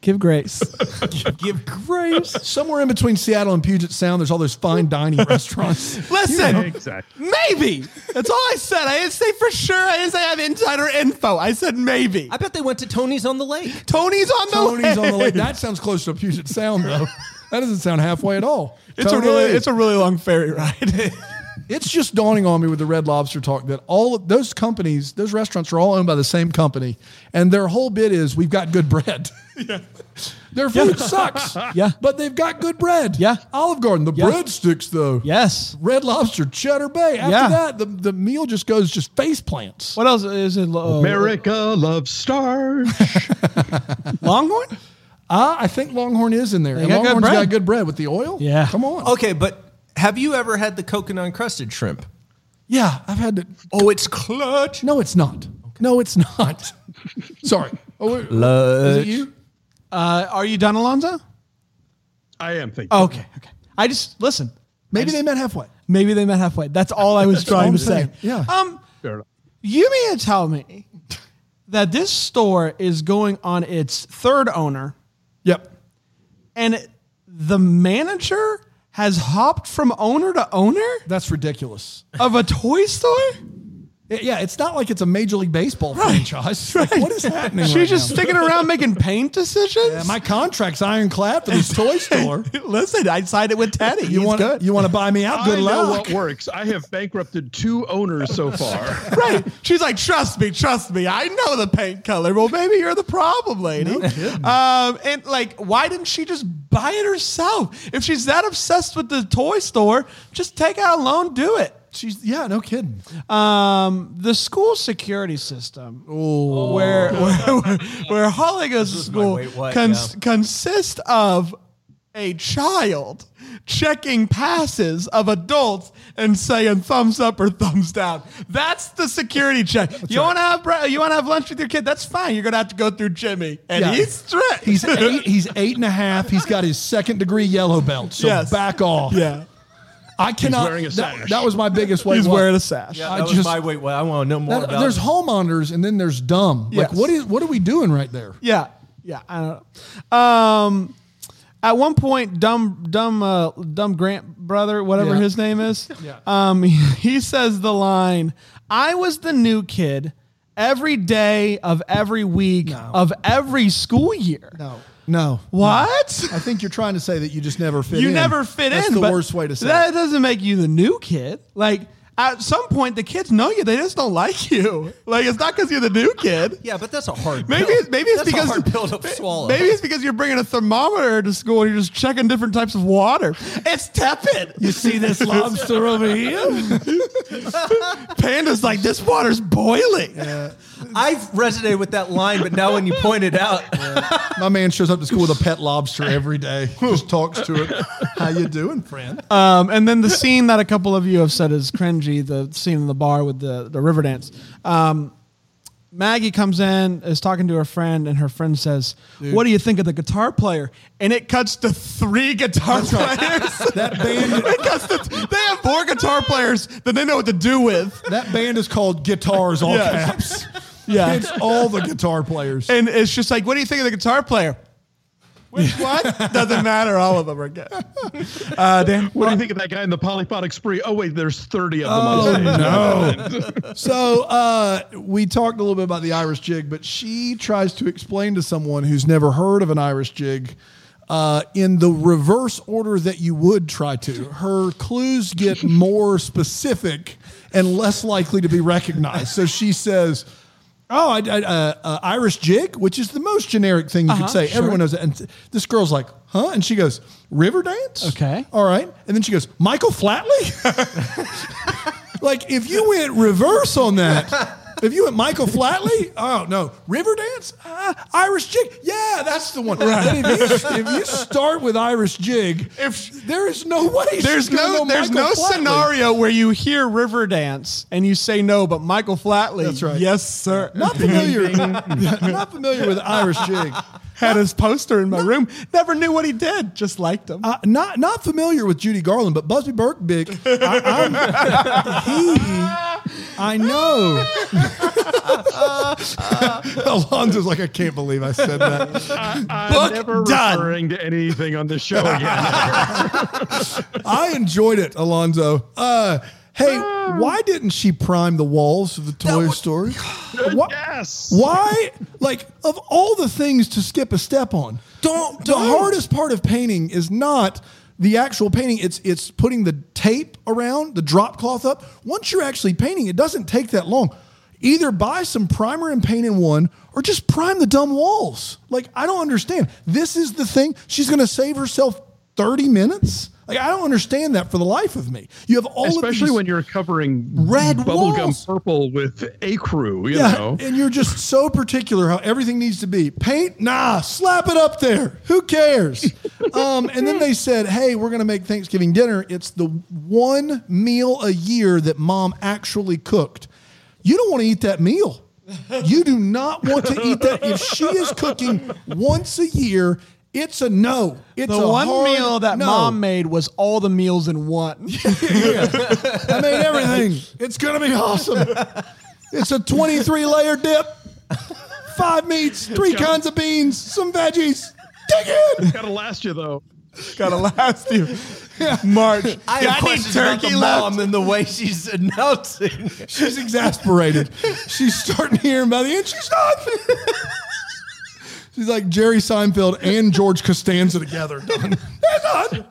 Give
[LAUGHS]
grace.
give grace.
Somewhere in between Seattle and Puget Sound, there's all those fine dining restaurants.
Listen,
exactly
maybe that's all I said. I didn't say for sure. I didn't say I have insider info. I said maybe.
I bet they went to Tony's on the lake.
Tony's on the
Tony's on the
list.
lake. That sounds close to Puget Sound, though. That doesn't sound halfway at all.
[LAUGHS] It's a really it's a really long ferry ride. [LAUGHS]
It's just dawning on me with the Red Lobster talk that all of those companies, those restaurants are all owned by the same company, and their whole bit is we've got good bread. [LAUGHS] Their food sucks.
[LAUGHS] Yeah.
But they've got good bread.
Yeah.
Olive Garden, the breadsticks though.
yes.
Red Lobster, Cheddar Bay. After
Yeah.
that, the, the meal just goes just face plants.
What else is it? Uh,
america loves stars
uh, Longhorn.
Ah, I think Longhorn is in there. And
got good
Longhorn's
bread.
got good bread with the oil.
Yeah.
Come on.
Okay, but have you ever had the coconut encrusted shrimp?
Yeah, I've had to.
Oh, it's clutch.
No, it's not. No, it's
[LAUGHS]
not. Sorry. Oh, wait, is it you?
Uh, are you Don Alonso?
i am thinking
Okay. Okay. I just listen.
Maybe they met halfway.
Maybe they met halfway. That's all I
[LAUGHS]
was
all
trying
I'm
to say.
saying. Yeah.
Um,
Fair enough.
you mean to tell me that this store is going on its third owner?
Yep.
and the manager has hopped from owner to owner
That's ridiculous.
of a toy store.
It- yeah, it's not like it's a major league baseball franchise. Like, what is happening?
She's
right
just
now?
sticking around making paint decisions.
[LAUGHS] Yeah, my contract's ironclad for this
[LAUGHS]
toy store.
Listen, I signed it with Teddy. He's
You want
good.
you want to buy me out?
I
Good
know
luck.
what works. I have bankrupted two owners so far.
right?
[LAUGHS]
She's like, trust me, trust me. I know the paint color. Well, maybe you're the problem, lady. um, and like, why didn't she just buy it herself? If she's that obsessed with the toy store, just take out a loan, do it.
She's yeah, no kidding.
um, the school security system, where, where where Holly goes to
my
school,
wait, what,
cons-
yeah.
consists of a child checking passes of adults and saying thumbs up or thumbs down. That's the security [LAUGHS] check. you want to have bre- you want to have lunch with your kid? That's fine. You're gonna have to go through Jimmy, and
Yeah.
he's strict. [LAUGHS]
He's eight, he's eight and a half. He's got his second degree yellow belt. So
Yes.
back off.
yeah.
I cannot.
wearing a
that-
sash.
That, was my biggest way.
He's wearing a sash.
Yeah,
I
that was
just-
my wait. Well, I want to know more
That-
about.
there's
it.
homeowners and then there's dumb. Like
Yes.
what is what are we doing right there?
Yeah, yeah. I don't know. Um, at one point, dumb, dumb, uh, dumb Grant brother, whatever
[LAUGHS] Yeah.
his name is, um, [LAUGHS] he, he says the line, "I was the new kid every day of every week of every school year."
No, no.
What?
I think you're trying to say that you just never fit.
[LAUGHS] you
in.
never fit
That's
in.
The
but
worst way to say.
that
it.
doesn't make you the new kid. Like at some point, the kids know you; they just don't like you. Like it's not because you're the new kid.
Yeah, but that's a hard.
Maybe
pill.
it's, maybe it's
That's
because
a hard pill to swallow.
Maybe it's because you're bringing a thermometer to school and you're just checking different types of water. It's tepid. You see [LAUGHS] this lobster over here? [LAUGHS] Panda's like this water's boiling.
I've resonated with that line, but now when you point it [LAUGHS] out,
My man shows up to school with a pet lobster every day. Just talks to it. How you doing, friend?
Um, and then the scene that a couple of you have said is cringy. The scene in the bar with the the river dance. Um, Maggie comes in, is talking to her friend, and her friend says, "What do you think of the guitar player?" And it cuts to three guitar [LAUGHS] players.
that band.
It cuts to- they have more guitar players than they know what to do with.
That band is called Guitars All
Yeah.
Caps.
Yeah.
It's all the guitar players.
And it's just like, what do you think of the guitar player?
[LAUGHS]
Which what? Doesn't matter. All of them are good. Uh, Dan,
What do you think of that guy in the polyphonic spree? Oh wait, there's 30 of them on stage.
So uh, we talked a little bit about the Irish jig, but she tries to explain to someone who's never heard of an Irish jig uh, in the reverse order that you would try to. Her clues get more specific and less likely to be recognized. So she says. Oh, I, I, uh, uh, Irish jig, which is the most generic thing you could say. Everyone knows it. And th- this girl's like, huh? And she goes, River dance?
Okay.
All right. And then she goes, Michael Flatley? [LAUGHS] Like if you went reverse on that, if you went Michael Flatley, oh no, Riverdance, ah, Irish jig, yeah, that's the one. And if, you, if you start with Irish jig, if there is no way,
There's
she's
no
gonna know
there's
Michael
no
Flatley.
scenario where you hear Riverdance and you say no, but Michael Flatley.
That's right.
Yes, sir.
Not familiar. not familiar with Irish jig.
Had his poster in my room. Never knew what he did. Just liked him.
Uh, not not familiar with Judy Garland, but Busby Berkbick,
[LAUGHS]
I, I'm, he, I [LAUGHS] know. Alonzo's like, I can't believe I said that.
[LAUGHS] I'm
Book
never
done.
referring to anything on this show again.
I enjoyed it, Alonzo. Uh, hey, why didn't she prime the walls of the Toy Story? Why-
yes.
Why? Like, of all the things to skip a step on, don't. The hardest part of painting is not the actual painting. It's it's putting the tape around the drop cloth up. Once you're actually painting, it doesn't take that long. Either buy some primer and paint in one, or just prime the dumb walls. Like, I don't understand. This is the thing. She's going to save herself thirty minutes. Like, I don't understand that for the life of me. You have all of
Especially
these-
when you're covering
Red walls.
bubblegum purple with a crew, you know.
and you're just so particular how everything needs to be. Paint, nah, slap it up there. Who
[LAUGHS]
cares? um, and then they said, hey, we're going to make Thanksgiving dinner. It's the one meal a year that mom actually cooked. You don't want to eat that meal. You do not want to eat that. If she is cooking once a year, it's a no. It's
the
a
one
hard
meal that
no.
mom made was all the meals in
[LAUGHS]
one.
I made everything. It's gonna be awesome. It's a 23 layer dip, five meats, three kinds of beans, some veggies. Dig in.
Gotta last you though.
Gotta last you. March.
I have
need
questions about
turkey
the
left.
mom and the way she's announcing.
She's exasperated. She's starting to hear him by the end. She's not. She's like Jerry Seinfeld and George Costanza together. Done. They're done.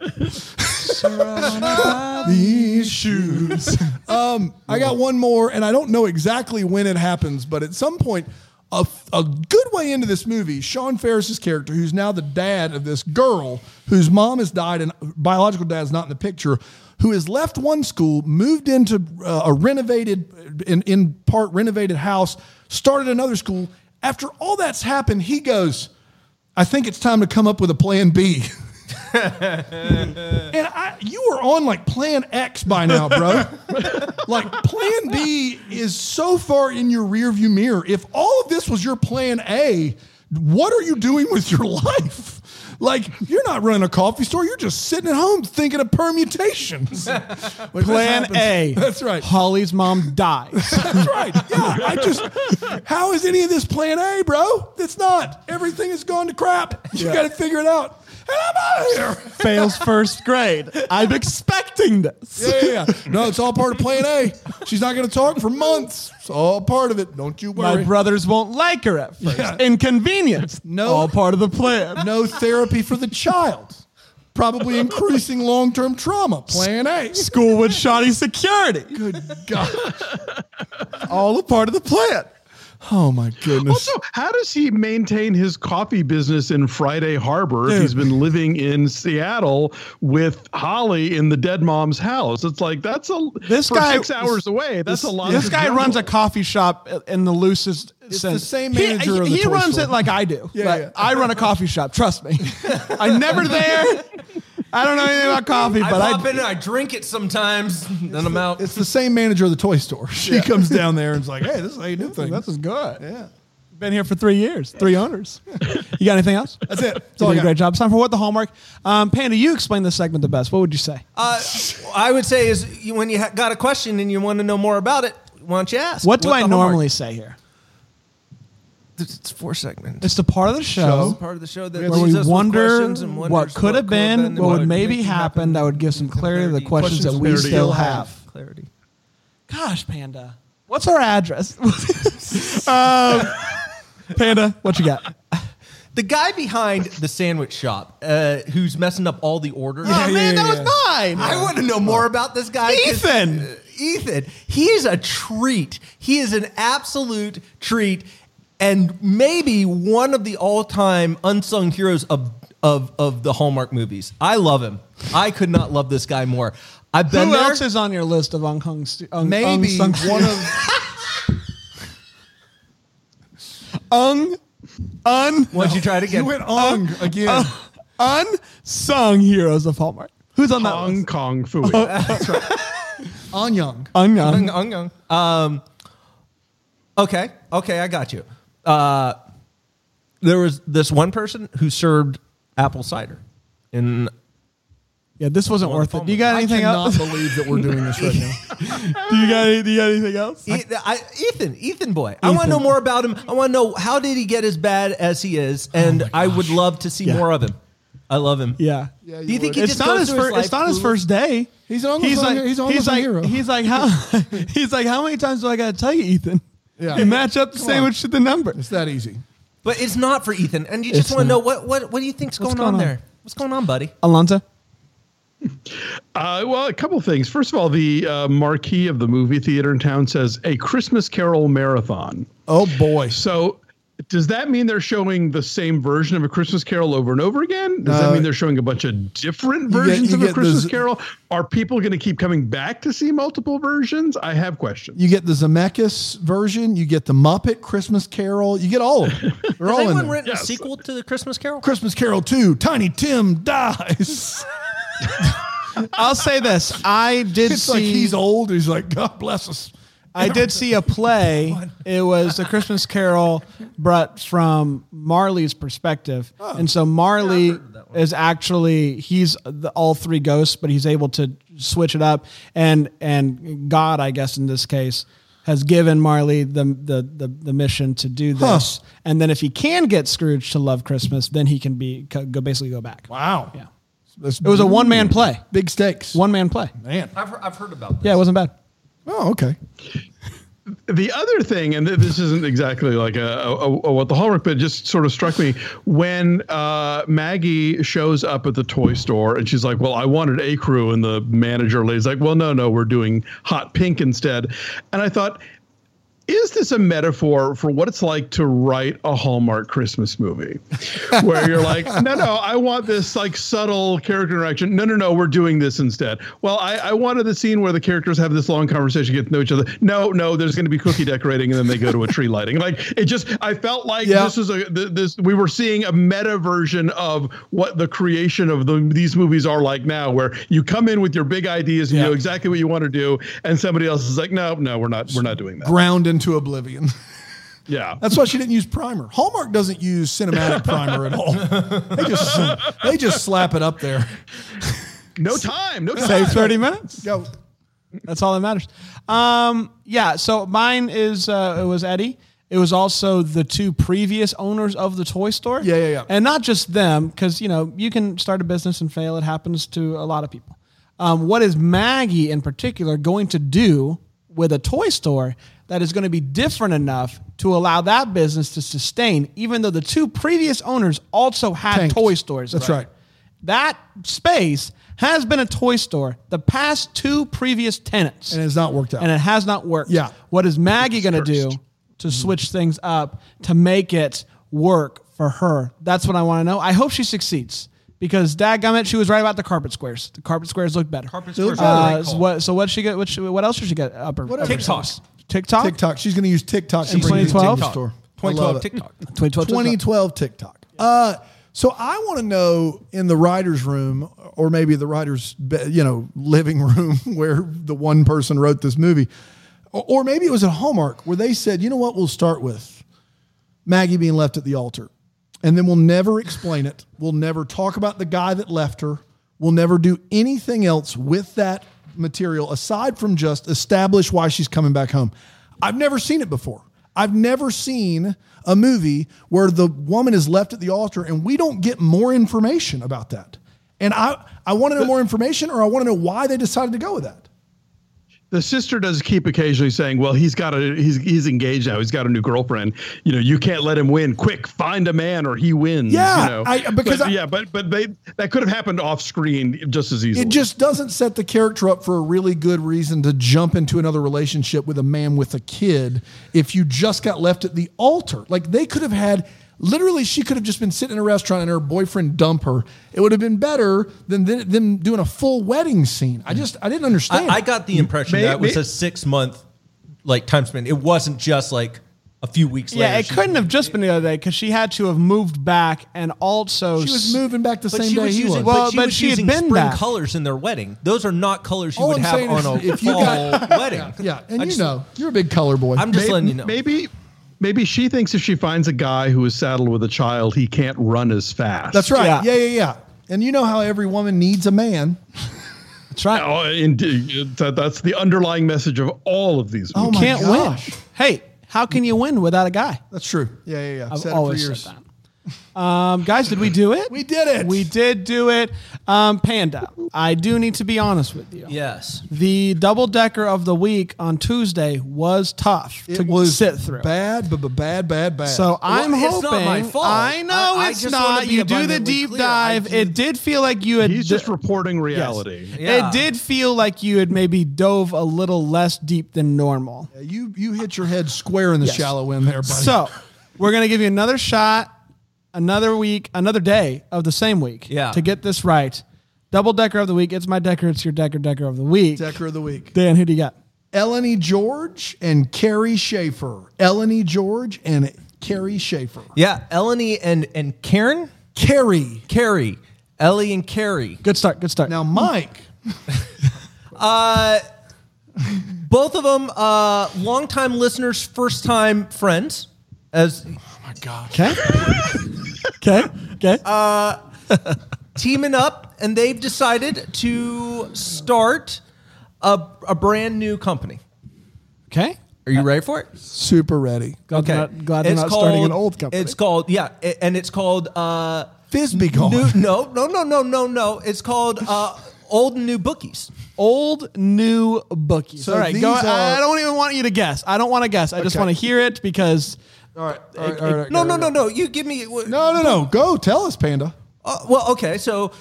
[LAUGHS] These shoes. Um, I got one more, and I don't know exactly when it happens, but at some point, a, a good way into this movie, Sean Ferris's character, who's now the dad of this girl whose mom has died and biological dad's not in the picture, who has left one school, moved into uh, a renovated, in, in part renovated house, started another school. After all that's happened, he goes, I think it's time to come up with a plan B. [LAUGHS] And I, you were on like Plan X by now, bro. like Plan B is so far in your rearview mirror. If all of this was your Plan A, what are you doing with your [LAUGHS] life? Like you're not running a coffee store. You're just sitting at home thinking of permutations. When this
Plan
happens-
A.
[LAUGHS] That's right.
Holly's mom
[LAUGHS]
dies.
That's right. Yeah. I just, how is any of this plan A, bro? It's not. Everything has gone to crap. You got to figure it out. And I'm out of here.
Fails first grade. I'm expecting this.
Yeah, yeah,
[LAUGHS]
yeah. No, it's all part of plan A. She's not going to talk for months. It's all part of it. Don't you worry.
My brothers won't like her at first.
Yeah.
Inconvenience.
No.
All part of the plan.
[LAUGHS] no therapy for the child. Probably increasing long term trauma. Plan A.
School with shoddy security.
Good God.
All a part of the plan.
Oh, my goodness.
Also, how does he maintain his coffee business in Friday Harbor if he's been living in Seattle with Holly in the dead mom's house? It's like that's a
This
for
guy-
six hours away. That's a lot.
This
of
guy
jungle.
runs a coffee shop in the loosest
It's
sense.
the same
He-
manager
He,
of the
he
toy
runs
store.
it like I do.
Yeah,
Like,
yeah.
I run a coffee shop. Trust me. I'm never there. I don't know anything about coffee,
I
but I,
pop in and I drink it [LAUGHS] sometimes, then I'm out.
It's the same manager of the toy store. She comes down there and is like, hey, this is how
[LAUGHS]
you do things.
This is good. Yeah. Been here for three years, three owners. You got anything else? That's it. That's you
all I
did a
got.
great job. It's time for what the hallmark. Um, Panda, you explained this segment the best. What would you say?
Uh, I would say is you- when you ha- got a question and you want to know more about it, why don't you ask?
what do I
the
normally
hallmark-
say here?
It's it's four segments.
It's the part of the
This
show,
is part of the show that
where
leaves
we
us with
wonder
questions and wonders
what could have been,
and
what would
could
maybe
make
happen, that would give some clarity to the questions, that we
clarity.
still have.
Clarity.
Gosh, Panda, what's our address? [LAUGHS] um, Panda, what you got?
The guy behind the sandwich shop, uh, who's messing up all the orders.
oh man, that was mine.
I want to know more about this guy. 'cause-
Ethan!
Uh, Ethan. He is a treat. He is an absolute treat and maybe one of the all-time unsung heroes of of of the Hallmark movies. I love him. I could not love this guy more. I've been
Who
there.
else is on your list of unsung? Stu- un-
Maybe
unsung
one of. [LAUGHS]
un un
Why'd you try it again?
You went on again.
Uh, unsung heroes of Hallmark. Who's on Oh. that
Hong
list?
Kong fooey.
on Young.
Unsung.
Ung, ung, ung. Um, okay, okay, I got you. Uh, there was this one person who served apple cider, and
Yeah, this wasn't worth it. Do you got
I
anything
cannot
else?
believe that we're doing this right
[LAUGHS]
now.
Do you got any, do you got anything else?
E- I, Ethan, Ethan boy, I want to know more about him. I want to know how did he get as bad as he is, and I would love to see
Yeah.
more of him. I love him.
Yeah.
Yeah,
Do you
you would.
think he
It's
just
not
goes
his
through
first. It's
life-
not his first day.
He's almost a- he's almost a
like,
hero.
He's like how. [LAUGHS] he's like how many times do I got to tell you, Ethan?
Yeah.
You match up the
Come on.
sandwich to the number.
It's that easy.
But it's not for Ethan, and you just
It's
want to
not.
know what what what do you think's
What's
going, on,
going on?
there? What's going on, buddy?
Alonzo.
Uh, well, a couple things. First of all, the uh, marquee of the movie theater in town says a Christmas Carol marathon.
Oh boy.
So. Does that mean they're showing the same version of a Christmas Carol over and over again? Does that mean they're showing a bunch of different
get-
versions
Uh, you
of a
get
Christmas
those-
Carol? Are people going to keep coming back to see multiple versions? I have questions.
You get the Zemeckis version. You get the Muppet Christmas Carol. You get all of
[LAUGHS]
them. They're
Has
all in
anyone
there.
written a
Yes.
sequel to the Christmas Carol?
Christmas Carol 2, Tiny
[LAUGHS]
Tim dies.
I'll say this. I did
It's
see.
like he's old. He's like, God bless us.
I did see a play. It was a Christmas Carol, but from Marley's perspective, and so Marley is actually he's the, all three ghosts, but he's able to switch it up. And and God, I guess in this case, has given Marley the the the, the mission to do this. And then if he can get Scrooge to love Christmas, then he can be co- go basically go back.
Wow.
Yeah,
That's
it was a one man play.
Big stakes.
One man play.
man.
I've heard, I've heard about
Yeah, it wasn't bad.
Oh, okay.
The other thing, and th- this isn't exactly like a, a, a what the Hallmark, but it just sort of struck me when uh, Maggie shows up at the toy store and she's like, "Well, I wanted a crew," and the manager lady's like, "Well, no, no, we're doing Hot Pink instead," and I thought. is this a metaphor for what it's like to write a Hallmark Christmas movie? Where you're like, no, no, I want this like subtle character interaction. No, no, no, we're doing this instead. Well, I, I wanted the scene where the characters have this long conversation, get to know each other. No, no, there's going to be cookie decorating, and then they go to a tree lighting. Like it just, I felt like
Yeah.
this is a th- this we were seeing a meta version of what the creation of the, these movies are like now, where you come in with your big ideas, and you know exactly what you want to do, and somebody else is like, no, no, we're not, we're not doing that.
ground into oblivion. [LAUGHS]
Yeah.
That's why she didn't use primer. Hallmark doesn't use cinematic primer
[LAUGHS]
at all. They just they just slap it up there.
No time. No
[LAUGHS]
time.
Save 30 minutes.
Go.
That's all that matters. Um, yeah. So mine is uh, it was Eddie. It was also the two previous owners of the toy store.
Yeah, yeah, yeah.
And not just them, because you know you can start a business and fail. It happens to a lot of people. Um, what is Maggie in particular going to do with a toy store that is going to be different enough to allow that business to sustain, even though the two previous owners also had
Tanked.
toy stores?
That's right.
That space has been a toy store the past two previous tenants.
And it's not worked out.
And it has not worked.
Yeah.
What is Maggie going to do to switch things up to make it work for her? That's what I want to know. I hope she succeeds because dadgummit, she was right about the carpet squares. The carpet squares look better.
Carpet squares are a
Uh,
great
so
call.
what? So what she get? What, she, what else should she get? Upper
Whatever.
TikTok.
TikTok.
TikTok. She's going to use TikTok in
2012?
store. I love
2012
it.
TikTok.
2012.
2012 TikTok. Uh, so I want to know in the writers' room, or maybe the writers' be- you know living room, [LAUGHS] where the one person wrote this movie, or, or maybe it was at Hallmark where they said, you know what, we'll start with Maggie being left at the altar, and then we'll never explain it. We'll never talk about the guy that left her. We'll never do anything else with that material aside from just establish why she's coming back home. I've never seen it before. I've never seen a movie where the woman is left at the altar and we don't get more information about that. And I, I want to know more information or I want to know why they decided to go with that.
the sister does keep occasionally saying, "Well, he's got a he's he's engaged now. He's got a new girlfriend. You know, you can't let him win. Quick, find a man, or he wins."
Yeah,
you know?
I- uh, because
But,
I-
yeah, but but they that could have happened off screen just as easily.
It just doesn't set the character up for a really good reason to jump into another relationship with a man with a kid if you just got left at the altar. Like they could have had literally she could have just been sitting in a restaurant and her boyfriend dump her. It would have been better than th- them doing a full wedding scene. I just I didn't understand.
I, I got the impression
May-
that was
may-
a six month like time span. It wasn't just like a few weeks later.
Yeah, it
she-
couldn't have just been the other day because she had to have moved back and also
she was moving back the
But
same
she
day
was
he
using,
was.
Well,
but she
but
was
she had
using
been
spring
back.
colors in their wedding. Those are not colors you
All
would
I'm
have
saying is
on a
if you
fall
got- [LAUGHS]
[LAUGHS] wedding.
yeah,
I
and you
just-
know, you're a big color boy.
I'm just letting you know.
Maybe maybe she thinks if she finds a guy who is saddled with a child, he can't run as fast.
That's right.
Yeah.
yeah, yeah. yeah. And you know how every woman needs a man.
That's right.
Oh, indeed. That, that's the underlying message of all of these.
Oh
movies.
my
Can't
gosh.
win. Hey, how can you win without a guy?
That's true. Yeah, yeah, yeah.
I've
Said it for
always
years.
said that. Um, guys, did we do it?
We did it.
We did do it. Um, Panda, I do need to be honest with you.
Yes.
The double decker of the week on Tuesday was tough to sit through.
Bad, but bad, bad, bad.
So I'm
it's
hoping.
not my fault.
I know
I- I
it's
just wanna
not.
be
You do the
abundantly
deep
clear. I
dive.
did-
It did feel like you had.
He's just
d-
reporting reality.
Yeah.
It did feel like you had maybe dove a little less deep than normal.
you you hit your head square in the shallow end there, buddy.
So we're gonna give you another shot, another week, another day of the same week.
Yeah.
To get this right, double decker of the week. It's my decker. It's your decker. Decker of the week.
Decker of the week.
Dan, who do you got?
Eleni George and Carrie Schaefer. Eleni George and Carrie Schaefer.
Yeah. Eleni and, and Karen?
Carrie.
Carrie. Ellie and Carrie.
Good start. Good start.
Now, Mike.
Both of them, uh, longtime listeners, first time friends. As
okay. okay. Okay.
teaming up, and they've decided to start a, a brand new company.
okay.
Are you ready for it?
Super ready.
Glad they're not, glad they're not starting an old company.
It's called yeah, a- and it's called uh,
Fisby gone.
new, no no no no no no. It's called uh, old and new bookies.
old new bookies.
So
all right,
these
go.
are-
I don't even want you to guess. I don't want to guess. I just
Okay.
want to hear it because
all right. All right, all right,
No
all right,
no
all
no
right.
no. You give me uh, no
No, no, no. Go tell us, Panda.
Uh, well, okay. So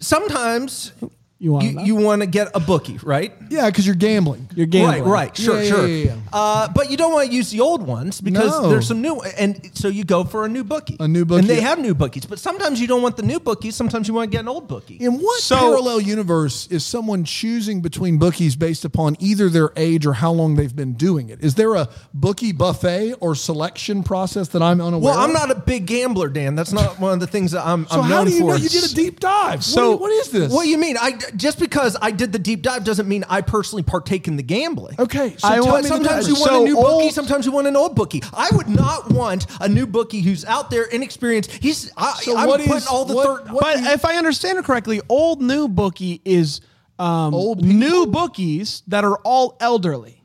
sometimes
You want
you, you want to get a bookie, right?
Yeah, because you're gambling.
You're gambling.
Right, right, sure,
Yeah, yeah,
sure.
yeah, yeah.
Uh, but you don't want to use the old ones because
No.
there's some new, and so you go for a new bookie.
A new
and they
bookie.
have new bookies. But sometimes you don't want the new bookies. Sometimes you want to get an old bookie.
In what
So-
parallel universe is someone choosing between bookies based upon either their age or how long they've been doing it? Is there a bookie buffet or selection process that I'm unaware
well,
of?
I'm not a big gambler, Dan. That's not one of the things that I'm.
So
I'm
how
known
do you
for.
know you did a deep dive?
So
So what is this?
What do you mean? I just because I did the deep dive doesn't mean I personally partake in the gambling.
Okay, so
I
tell
want-
me the
sometimes you
difference.
want
So
a new bookie,
old-
sometimes you want an old bookie. I would not want a new bookie who's out there inexperienced. He's I,
So
I'm
what
putting
is-
all the
what-
third.
what-
But if I understand it correctly, old new bookie is um,
Old people?
new bookies that are all elderly.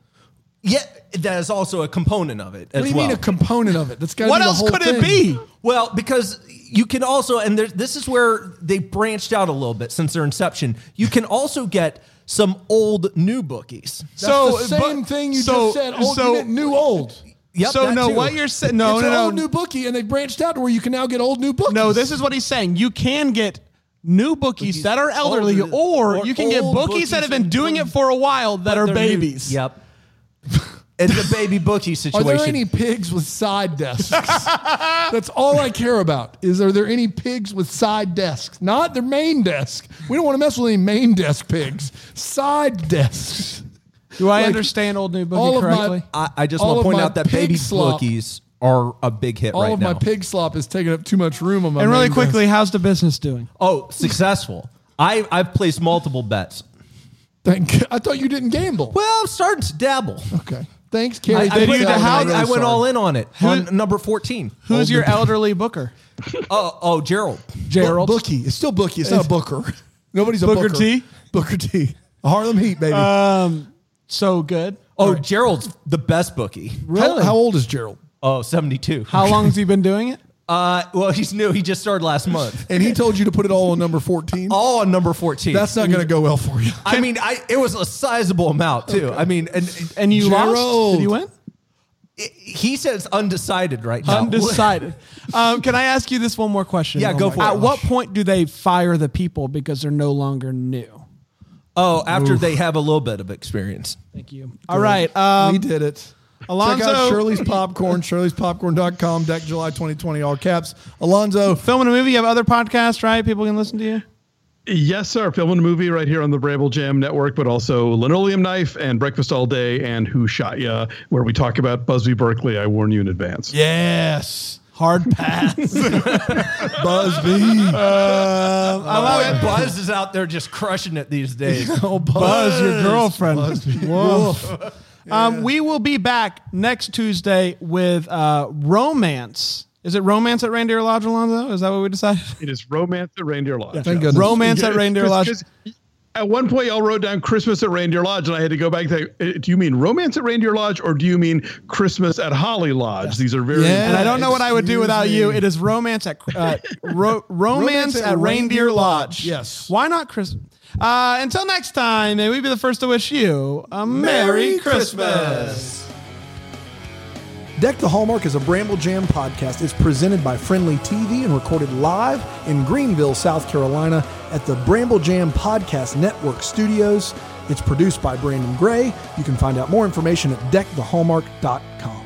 Yeah, that is also a component of it. As
What do you
well.
mean a component of it? That's got to
What
be the
else
whole
could it
thing.
be?
Well, because you can also, and there, this is where they branched out a little bit since their inception. You can also get some old new bookies.
That's so the same thing you
so-
just said. Old,
so-
unit, new old.
Yep,
so
that
no,
too.
what you're saying? No,
it's
no,
an
no,
old new bookie, and they branched out to where you can now get old new bookies.
no. This is what he's saying. You can get new bookies that are elderly,
older-
or,
or
you can get
old
bookies, that have
bookies
been
and
doing it for a while that are
They're new.
babies.
Yep. It's a baby
[LAUGHS]
bookie
Are
situation.
there any pigs with side desks? [LAUGHS] That's all I care about. Is are there any pigs with side desks? Not their main desk. We don't want to mess with any main desk pigs. Side desks.
Do I
Like,
understand old new
all
bookie
of my-
correctly?
I, I just
all
want to
of
point
my
out that baby
pig slop-
bookies are a big hit
All
right
of
now.
my pig slop is taking up too much room on my.
and really
main
quickly,
desk.
how's the business doing?
oh, successful. I, I've placed multiple bets.
Thank God. I thought you didn't gamble.
Well, I'm starting to
[LAUGHS]
dabble.
Okay. Thanks, Carrie.
I, I,
for
put-
you-
telling me.
how-
I
I'm really
went
sorry.
all in on it on number 14.
Who's your elderly booker?
Oh, oh, Gerald.
Gerald.
Bookie. It's still Bookie. It's not Booker. [LAUGHS] Nobody's a
Booker
Booker.
T?
Booker T. Harlem Heat, baby.
so good.
Oh, Gerald's the best bookie.
How, how old is Gerald?
Oh, 72.
How long has he been doing it?
Uh, well, he's new. He just started last month.
And he told you to put it all on number 14.
[LAUGHS] All on number 14.
That's not going to go well for you.
I mean, I it was a sizable amount too. I mean, and,
And you lost?
Gerald.
Did you win?
he says undecided right now.
Undecided. um, can I ask you this one more question? Oh
Yeah, go
my
for it.
At what point do they fire the people because they're no longer new?
[LAUGHS] Oh, after they have a little bit of experience.
Thank you. All right. Um,
we did it.
Alonzo-
Check out Shirley's Popcorn, shirley'spopcorn.com, deck July 2020, all caps. Alonzo,
filming a movie, you have other podcasts, right? People can listen to you.
Yes, sir. Film and movie right here on the Bramble Jam Network, but also Linoleum Knife and Breakfast All Day and Who Shot Ya, where we talk about Busby Berkeley. I warn you in advance.
yes.
Hard [LAUGHS] pass.
Busby.
Uh,
I love it. Oh, Buzz is out there just crushing it [LAUGHS] these days.
oh,
Buzz, your girlfriend.
Busby.
Woof. Um, we will be back next Tuesday with uh, romance. Is it romance at Reindeer Lodge, Alonzo? Is that what we decided?
It is Romance at Reindeer Lodge.
Thank goodness.
Romance at Reindeer Lodge.
'Cause At one point, y'all wrote down Christmas at Reindeer Lodge, and I had to go back. To, uh, do you mean Romance at Reindeer Lodge, or do you mean Christmas at Holly Lodge? These are very
Yeah.
And I don't know what I would do
Excuse
without you.
me.
It is romance at uh, ro- [LAUGHS] romance at Reindeer Lodge.
Yes.
Why not Chris? Uh, until next time, may we be the first to wish you a Merry, Christmas.
Deck the Hallmark is a Bramble Jam podcast. It's presented by Friendly TV and recorded live in Greenville, South Carolina at the Bramble Jam Podcast Network Studios. It's produced by Brandon Gray. You can find out more information at deckthehallmark.com.